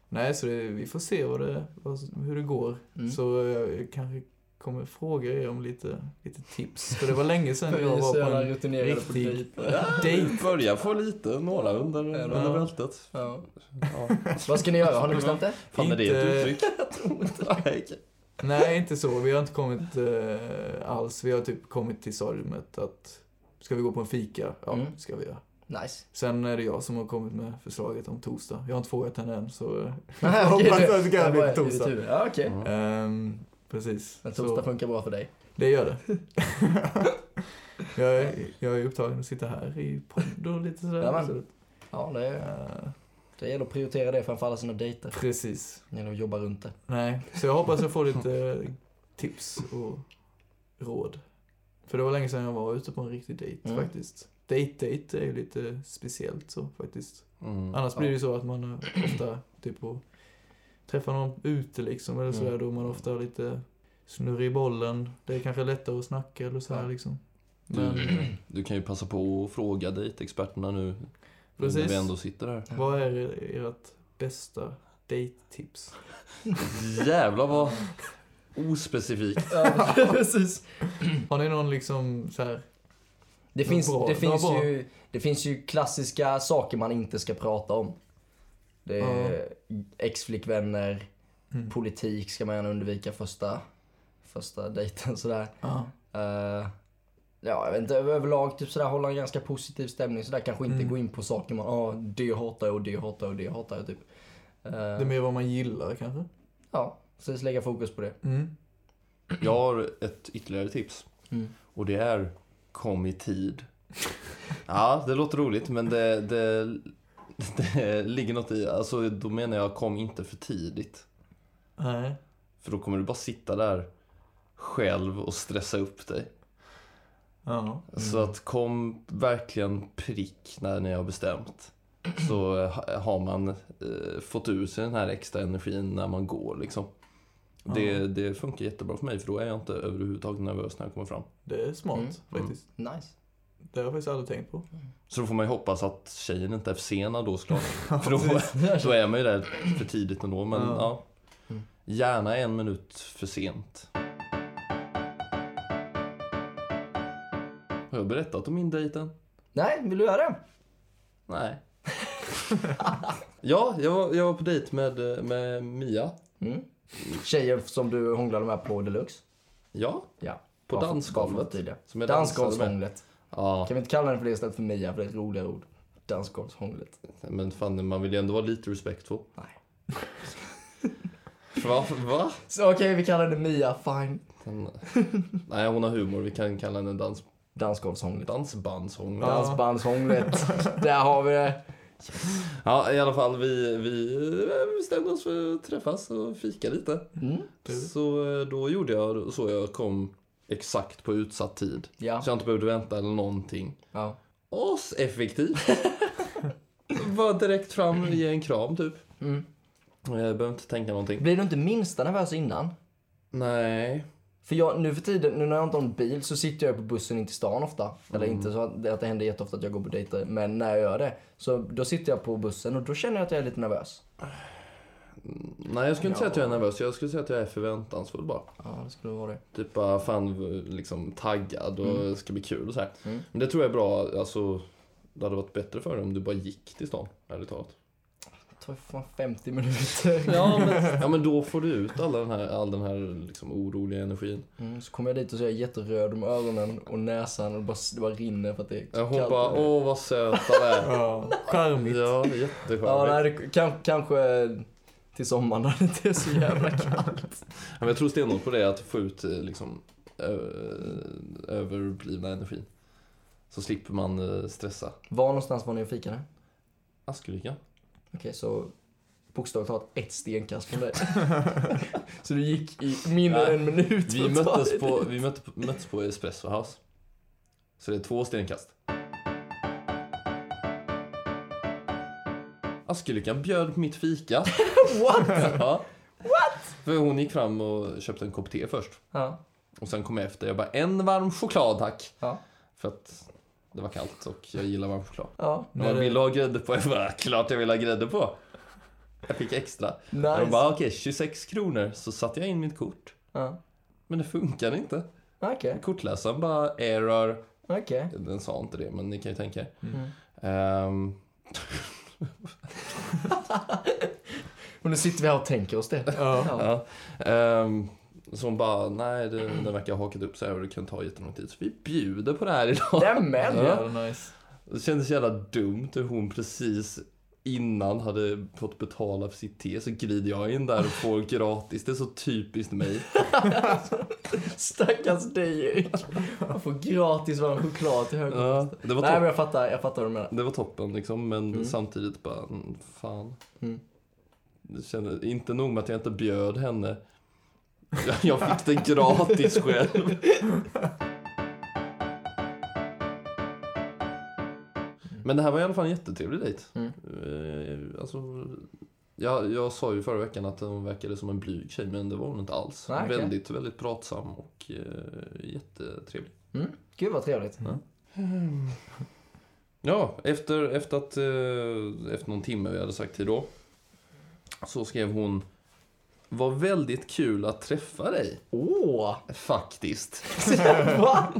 [SPEAKER 3] Nej, så det, vi får se vad det, vad, hur det går.
[SPEAKER 2] Mm.
[SPEAKER 3] Så eh, jag kanske kommer fråga er om lite, lite tips. För det var länge sedan
[SPEAKER 2] *laughs* Vi
[SPEAKER 3] jag
[SPEAKER 2] är så
[SPEAKER 3] var på
[SPEAKER 2] jävla
[SPEAKER 3] en
[SPEAKER 2] rutinerade på
[SPEAKER 3] riktig-
[SPEAKER 2] dejter.
[SPEAKER 3] *laughs* dejt.
[SPEAKER 1] Börja få lite, några under, under bältet.
[SPEAKER 2] Ja.
[SPEAKER 1] Ja.
[SPEAKER 2] Vad ska ni göra? Har ni bestämt det?
[SPEAKER 1] Fan, är det ett
[SPEAKER 3] Inte-
[SPEAKER 1] uttryck? Nej, okej.
[SPEAKER 3] Nej, inte så. Vi har inte kommit eh, alls. Vi har typ kommit till sorgmet att ska vi gå på en fika? Ja,
[SPEAKER 2] Mm.
[SPEAKER 3] ska vi göra. *laughs*
[SPEAKER 2] Nice.
[SPEAKER 3] Sen är det jag som har kommit med förslaget om torsdag. Jag har inte frågat henne än, så... eh,
[SPEAKER 2] Okej,
[SPEAKER 3] hoppas
[SPEAKER 2] du-
[SPEAKER 3] att det kan
[SPEAKER 2] det
[SPEAKER 3] bli
[SPEAKER 2] var
[SPEAKER 3] på
[SPEAKER 2] i ditt
[SPEAKER 3] torsdag.
[SPEAKER 2] huvud. Ja, okej.
[SPEAKER 1] Mm.
[SPEAKER 3] ehm, precis.
[SPEAKER 2] Men torsdag
[SPEAKER 3] Så,
[SPEAKER 2] funkar bra för dig.
[SPEAKER 3] det gör
[SPEAKER 2] *laughs*
[SPEAKER 3] det. jag, är, jag är upptagen att sitta här i podd och lite sådär.
[SPEAKER 2] Ja, men.
[SPEAKER 3] Så,
[SPEAKER 2] Ja, det,
[SPEAKER 3] eh,
[SPEAKER 2] det gäller att prioritera det framför alla sina dejter.
[SPEAKER 3] precis.
[SPEAKER 2] Det gäller att jobba runt det.
[SPEAKER 3] Nej, så jag hoppas jag får lite eh, tips och råd. För det var länge sedan jag var ute på en riktig dejt
[SPEAKER 2] Mm.
[SPEAKER 3] faktiskt. Dejt-dejt är ju lite speciellt så faktiskt.
[SPEAKER 1] Mm.
[SPEAKER 3] Annars blir det ju så att man eh, ofta typ och träffar någon ute liksom eller
[SPEAKER 2] Mm.
[SPEAKER 3] sådär då man ofta är lite snurrig i bollen. Det är kanske lättare att snacka eller så här
[SPEAKER 2] Ja.
[SPEAKER 3] liksom. Men
[SPEAKER 1] *clears throat* Du, du kan ju passa på att fråga dejtexperterna nu när
[SPEAKER 3] precis,
[SPEAKER 1] vi ändå sitter här.
[SPEAKER 3] vad är ert bästa dejttips?
[SPEAKER 1] Jävlar vad ospecifikt.
[SPEAKER 2] *laughs* Ja, *laughs* precis.
[SPEAKER 3] Har ni någon liksom så här,
[SPEAKER 2] Det
[SPEAKER 3] Vad
[SPEAKER 2] finns,
[SPEAKER 3] bra,
[SPEAKER 2] det,
[SPEAKER 3] vad
[SPEAKER 2] finns
[SPEAKER 3] bra.
[SPEAKER 2] ju, det finns ju klassiska saker man inte ska prata om. Det är Ex-flickvänner,
[SPEAKER 3] Mm.
[SPEAKER 2] politik ska man gärna undvika första, första dejten sådär.
[SPEAKER 3] ja,
[SPEAKER 2] Eh, ja, jag vet inte, överlag typ sådär hålla en ganska positiv stämning sådär. Kanske inte
[SPEAKER 3] Mm.
[SPEAKER 2] gå in på saker man, ja det hatar jag och det hatar jag och det hatar jag typ. Eh,
[SPEAKER 3] det är mer vad man gillar kanske?
[SPEAKER 2] Ja, precis lägga fokus på det.
[SPEAKER 3] Mm.
[SPEAKER 1] Jag har ett ytterligare tips.
[SPEAKER 2] Mm.
[SPEAKER 1] Och det är kom i tid. Ja, det låter roligt men det, det, det ligger något i, alltså då menar jag kom inte för tidigt.
[SPEAKER 3] Nej.
[SPEAKER 1] För då kommer du bara sitta där själv och stressa upp dig.
[SPEAKER 3] Ja.
[SPEAKER 1] Så att kom verkligen prick när ni har bestämt. Så eh, ha- har man eh, fått ur sig den här extra energin när man går liksom. Det, det funkar jättebra för mig för då är jag inte överhuvudtaget nervös när jag kommer fram.
[SPEAKER 3] Det är smart
[SPEAKER 2] Mm.
[SPEAKER 3] faktiskt.
[SPEAKER 2] Nice.
[SPEAKER 3] Det har jag faktiskt aldrig tänkt på.
[SPEAKER 1] Så då får man ju hoppas att tjejen inte är försenad då
[SPEAKER 3] *laughs*
[SPEAKER 1] såklart. för då, *laughs* då är man ju där för tidigt ändå. Men
[SPEAKER 3] Ja.
[SPEAKER 1] ja.
[SPEAKER 2] Mm.
[SPEAKER 1] Gärna en minut för sent. Har jag berättat om min dejt än?
[SPEAKER 2] Nej, vill du göra det?
[SPEAKER 1] Nej.
[SPEAKER 3] *laughs*
[SPEAKER 1] ja, jag var, jag var på dejt med, med Mia.
[SPEAKER 2] Mm. Tjejer som du hånglade med på deluxe.
[SPEAKER 1] Ja,
[SPEAKER 2] Ja.
[SPEAKER 1] på
[SPEAKER 2] Bara för- bara för att
[SPEAKER 1] dansgolvet.
[SPEAKER 2] förtydliga.
[SPEAKER 1] Som jag dansade med.
[SPEAKER 2] Dansgolvshånglet.
[SPEAKER 1] Ja,
[SPEAKER 2] Kan vi inte kalla den för det istället för Mia, för det är ett roligare ord. Dansgolvshånglet.
[SPEAKER 1] men fan man vill ju ändå vara lite respektfull.
[SPEAKER 2] Nej.
[SPEAKER 1] Va?
[SPEAKER 3] *laughs*
[SPEAKER 1] Va?
[SPEAKER 2] Så okej, vi kallar den Mia, fine.
[SPEAKER 1] Den, nej, hon har humor. Vi kan kalla henne dans,
[SPEAKER 2] Dansgolvshånglet.
[SPEAKER 1] dansbandshångel.
[SPEAKER 3] Ja.
[SPEAKER 2] Dansbandshånglet. Där har vi det.
[SPEAKER 1] Ja, i alla fall vi, vi eh, bestämde oss för att träffas och fika lite.
[SPEAKER 2] Mm.
[SPEAKER 3] Du.
[SPEAKER 1] Så eh, då gjorde jag så jag kom exakt på utsatt tid.
[SPEAKER 2] Ja.
[SPEAKER 1] Så jag inte behövde vänta eller någonting.
[SPEAKER 2] ja.
[SPEAKER 1] aseffektivt. Bara direkt fram och ge en kram typ. Eh,
[SPEAKER 2] Mm.
[SPEAKER 1] Jag behöver inte tänka någonting.
[SPEAKER 2] Blir du inte minsta nervös innan?
[SPEAKER 1] Nej.
[SPEAKER 2] För jag, nu för tiden, nu när jag inte har en bil så sitter jag på bussen in till stan ofta. Eller
[SPEAKER 1] Mm.
[SPEAKER 2] inte så att, att det händer jätteofta att jag går på dejter, men när jag gör det. Så då sitter jag på bussen och då känner jag att jag är lite nervös.
[SPEAKER 1] Nej, jag skulle inte säga att jag är nervös. Jag skulle säga att jag är förväntansfull bara.
[SPEAKER 2] Ja, det skulle vara det.
[SPEAKER 1] Typ bara fan liksom taggad och det ska bli kul och så här.
[SPEAKER 2] Mm.
[SPEAKER 1] Men det tror jag är bra. Alltså, det hade varit bättre för dig om du bara gick till stan, ärligt talat.
[SPEAKER 2] Det tar ju fan 50
[SPEAKER 1] *laughs*
[SPEAKER 2] minuter.
[SPEAKER 1] Ja men, ja, men då får du ut all den här, all den här liksom, oroliga energin.
[SPEAKER 2] Mm, så kommer jag dit och så är jag jätteröd om ögonen och näsan och det bara, det bara rinner för att det är
[SPEAKER 1] Ja,
[SPEAKER 2] så
[SPEAKER 1] Hon
[SPEAKER 2] kallt.
[SPEAKER 1] bara, åh vad söt han
[SPEAKER 2] *laughs*
[SPEAKER 1] är.
[SPEAKER 3] Ja, charmigt.
[SPEAKER 1] Ja, jätteskönt.
[SPEAKER 2] ja, nej, det, kan, kanske till sommaren när det inte är så jävla kallt.
[SPEAKER 1] Ja, men jag tror stenhårt på det, att få ut eh, liksom, ö- överblivna energin. Så slipper man eh, stressa.
[SPEAKER 2] Var någonstans var ni och fikade?
[SPEAKER 1] Askelyckan.
[SPEAKER 2] Okej, så bokstavligt talat ett stenkast
[SPEAKER 1] *laughs*
[SPEAKER 2] från dig. så du gick i mindre
[SPEAKER 1] Nej,
[SPEAKER 2] än en minut.
[SPEAKER 1] Vi
[SPEAKER 2] för att ta dig
[SPEAKER 1] möttes på,
[SPEAKER 2] dit.
[SPEAKER 1] vi mötte, möttes på Espresso House. Så det är två stenkast. Askelyckan bjöd på mitt *laughs* fika.
[SPEAKER 2] *laughs* What?
[SPEAKER 1] ja. För hon gick fram och köpte en kopp te först.
[SPEAKER 2] Ja.
[SPEAKER 1] Och sen kom jag efter. Jag bara, en varm choklad tack.
[SPEAKER 2] Ja.
[SPEAKER 1] För att det var kallt och jag gillar varm choklad.
[SPEAKER 2] ja.
[SPEAKER 1] De bara,
[SPEAKER 3] eh,
[SPEAKER 1] vill du ha grädde på? *laughs* Jag bara, klart jag vill ha grädde på. Jag fick extra. Och de
[SPEAKER 2] Nice.
[SPEAKER 1] bara, okej, 26 kronor. Så satte jag in mitt kort.
[SPEAKER 2] Ja.
[SPEAKER 1] Men det funkade inte.
[SPEAKER 2] Okej,
[SPEAKER 1] Kortläsaren bara, error.
[SPEAKER 2] okej.
[SPEAKER 1] Den sa inte det, men ni kan ju tänka er.
[SPEAKER 2] Mm.
[SPEAKER 1] Ehm,
[SPEAKER 2] Och nu sitter vi här och tänker oss det.
[SPEAKER 3] Ja.
[SPEAKER 2] Ja. *laughs*
[SPEAKER 1] Ja. ehm, så hon bara, nej det, den verkar ha hakat upp sig och det kan ta jättelång tid. Så vi bjuder på det här idag.
[SPEAKER 2] Nämen!
[SPEAKER 1] Ja.
[SPEAKER 3] Jävla nice.
[SPEAKER 1] Det kändes jävla dumt hur hon precis innan hade fått betala för sitt te så glider jag in där och får gratis. Det är så typiskt
[SPEAKER 2] *laughs*
[SPEAKER 1] mig.
[SPEAKER 2] Stackars dig Erik. Man får gratis varm choklad till höger.
[SPEAKER 1] Ja, det, var
[SPEAKER 2] Nej men
[SPEAKER 1] topp,
[SPEAKER 2] jag fattar, jag fattar vad du menar.
[SPEAKER 1] det var toppen liksom men
[SPEAKER 2] Mm.
[SPEAKER 1] samtidigt bara, mm, fan.
[SPEAKER 2] Mm.
[SPEAKER 1] Det kändes, inte nog med att jag inte bjöd henne. Jag- Jag fick det gratis själv. Men det här var i alla fall en jättetrevlig dejt.
[SPEAKER 2] Mm.
[SPEAKER 1] Eh, Alltså, jag, jag sa ju förra veckan att hon verkade som en blyg tjej, men det var hon inte alls.
[SPEAKER 2] Nej, okej.
[SPEAKER 1] Väldigt, väldigt pratsam och eh, jättetrevlig.
[SPEAKER 2] Mm. Gud vad trevligt.
[SPEAKER 1] Ja, efter, efter, att, eh, efter någon timme vi hade sagt till då, så skrev hon Var väldigt kul att träffa dig,
[SPEAKER 2] Åh!
[SPEAKER 1] *laughs*
[SPEAKER 2] *laughs*
[SPEAKER 1] faktiskt.
[SPEAKER 2] Va?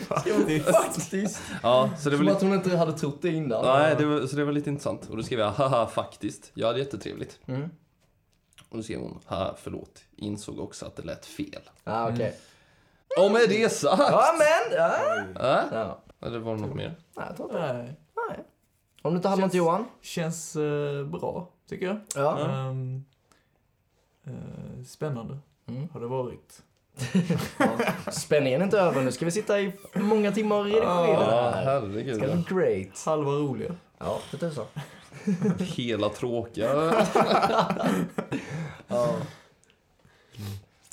[SPEAKER 3] Faktiskt.
[SPEAKER 2] Faktiskt!
[SPEAKER 1] Ja, så det var
[SPEAKER 2] Som att
[SPEAKER 1] lite,
[SPEAKER 2] hon inte hade trott det innan.
[SPEAKER 1] nej, det var, så det var lite intressant. Och då skrev jag Haha, faktiskt. Jag hade jättetrevligt.
[SPEAKER 2] Mm.
[SPEAKER 1] Och då skrev hon Haha, förlåt. Insåg också att det lät fel.
[SPEAKER 2] Ah, okej.
[SPEAKER 1] Och med det sagt!
[SPEAKER 2] Ja men! Ja.
[SPEAKER 1] Äh?
[SPEAKER 2] Ja.
[SPEAKER 1] Eller var det något mer?
[SPEAKER 2] Nej, jag tror inte.
[SPEAKER 3] Nej.
[SPEAKER 2] Nej. Om du inte hade något
[SPEAKER 3] Känns-
[SPEAKER 2] Johan?
[SPEAKER 3] Känns eh, bra, tycker jag.
[SPEAKER 2] Ja.
[SPEAKER 3] Ehm, eh, spännande
[SPEAKER 2] Mm.
[SPEAKER 3] har det varit.
[SPEAKER 2] Spänningen är inte över, nu ska vi sitta i många timmar och redigera
[SPEAKER 3] Ja,
[SPEAKER 1] Ja,
[SPEAKER 2] det här. Det
[SPEAKER 1] herregud.
[SPEAKER 2] ska
[SPEAKER 1] ja.
[SPEAKER 2] bli great.
[SPEAKER 3] Halva roliga.
[SPEAKER 2] Ja, det tusan.
[SPEAKER 1] Hela tråkiga.
[SPEAKER 2] Ja.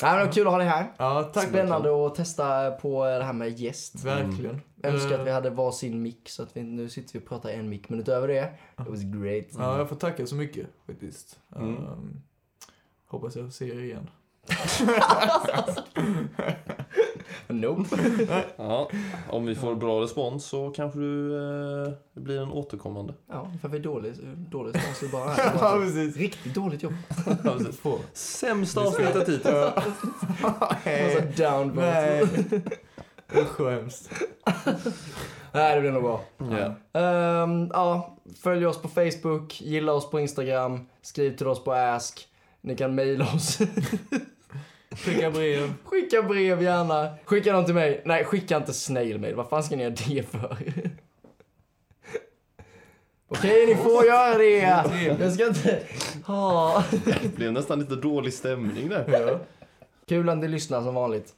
[SPEAKER 2] Nej, men det var kul att ha dig här.
[SPEAKER 3] Ja, tack.
[SPEAKER 2] Spännande att testa på det här med gäst.
[SPEAKER 3] Verkligen.
[SPEAKER 2] Jag
[SPEAKER 3] Eh,
[SPEAKER 2] önskar Mm. att vi hade varsin mick så att vi, nu sitter vi och pratar en mick. Men utöver det, it was great.
[SPEAKER 3] *laughs*
[SPEAKER 2] *laughs*
[SPEAKER 3] Eh, Ja, jag får tacka så mycket faktiskt.
[SPEAKER 1] Mm.
[SPEAKER 3] Ehm, hoppas jag ser er
[SPEAKER 2] *laughs*
[SPEAKER 3] igen.
[SPEAKER 2] Nope.
[SPEAKER 1] Ja, om vi får bra respons så kanske du eh, det blir en återkommande.
[SPEAKER 2] Ja, för vi är dåligt, dåligt sponsor bara
[SPEAKER 3] *laughs* ja,
[SPEAKER 2] här.
[SPEAKER 3] precis.
[SPEAKER 2] Riktigt dåligt jobb.
[SPEAKER 3] På.
[SPEAKER 1] Sämsta
[SPEAKER 3] *laughs*
[SPEAKER 1] avsnittet hittills.
[SPEAKER 2] *laughs*
[SPEAKER 3] Ja.
[SPEAKER 2] Alltså
[SPEAKER 3] Nej.
[SPEAKER 2] downvote.
[SPEAKER 3] Eh, Nej. Usch vad hemskt.
[SPEAKER 2] *laughs* Nej, det blir nog bra.
[SPEAKER 1] Ja.
[SPEAKER 2] Ehm, ja, följ oss på Facebook, gilla oss på Instagram, skriv till oss på Ask. Ni kan mejla oss. *laughs*
[SPEAKER 3] Skicka brev.
[SPEAKER 2] Skicka brev gärna. Skicka dem till mig. Nej, skicka inte snailmail. Vad fan ska ni göra det för? *laughs* Okej, ni får göra det. Jag ska inte... Ja.
[SPEAKER 1] Det blev nästan lite dålig stämning där.
[SPEAKER 3] Ja.
[SPEAKER 2] Kul att ni lyssnar som vanligt.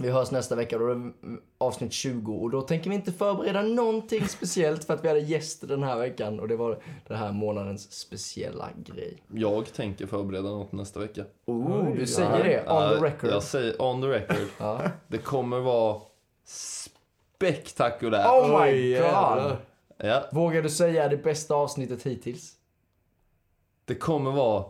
[SPEAKER 2] Vi hörs nästa vecka, då är det avsnitt 20 och då tänker vi inte förbereda någonting speciellt för att vi hade gäster den här veckan och det var den här månadens speciella grej.
[SPEAKER 1] Jag tänker förbereda något nästa vecka.
[SPEAKER 2] Oh, du
[SPEAKER 3] Oj.
[SPEAKER 2] säger det on
[SPEAKER 1] Ja,
[SPEAKER 2] the record.
[SPEAKER 1] Jag säger on the record.
[SPEAKER 2] Ja.
[SPEAKER 1] Det kommer vara spektakulärt.
[SPEAKER 2] Oh
[SPEAKER 3] Oj,
[SPEAKER 2] my god!
[SPEAKER 3] jävlar.
[SPEAKER 1] Ja,
[SPEAKER 2] Vågar du säga det bästa avsnittet hittills?
[SPEAKER 1] det kommer vara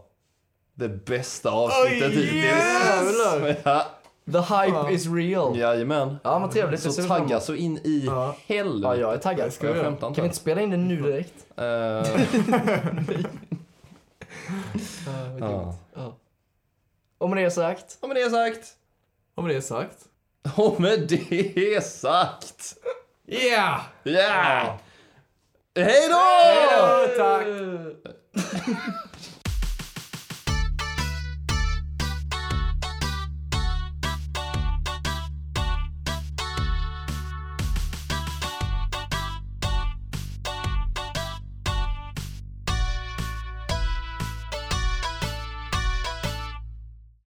[SPEAKER 1] det bästa avsnittet
[SPEAKER 3] Oj, jävlar.
[SPEAKER 1] hittills. Ja,
[SPEAKER 2] The hype
[SPEAKER 3] Ja.
[SPEAKER 2] is real.
[SPEAKER 1] jajamän.
[SPEAKER 2] Ja, vad trevligt. Det ser
[SPEAKER 1] Så
[SPEAKER 2] vi fram emot.
[SPEAKER 1] tagga så in i
[SPEAKER 3] Ja.
[SPEAKER 1] helvete.
[SPEAKER 2] Ja, jag är taggad.
[SPEAKER 3] Jag ska
[SPEAKER 1] Jag
[SPEAKER 3] göra.
[SPEAKER 1] skämtar inte.
[SPEAKER 2] Kan vi inte spela in det nu direkt?
[SPEAKER 1] Eh,
[SPEAKER 3] Ja, vad
[SPEAKER 1] ja.
[SPEAKER 3] grymt.
[SPEAKER 2] *laughs* Om det är sagt.
[SPEAKER 1] Ja, med det sagt.
[SPEAKER 3] Och med det sagt.
[SPEAKER 1] Och med det sagt.
[SPEAKER 3] Ja!
[SPEAKER 1] Ja! Hej då!
[SPEAKER 3] Ja, tack!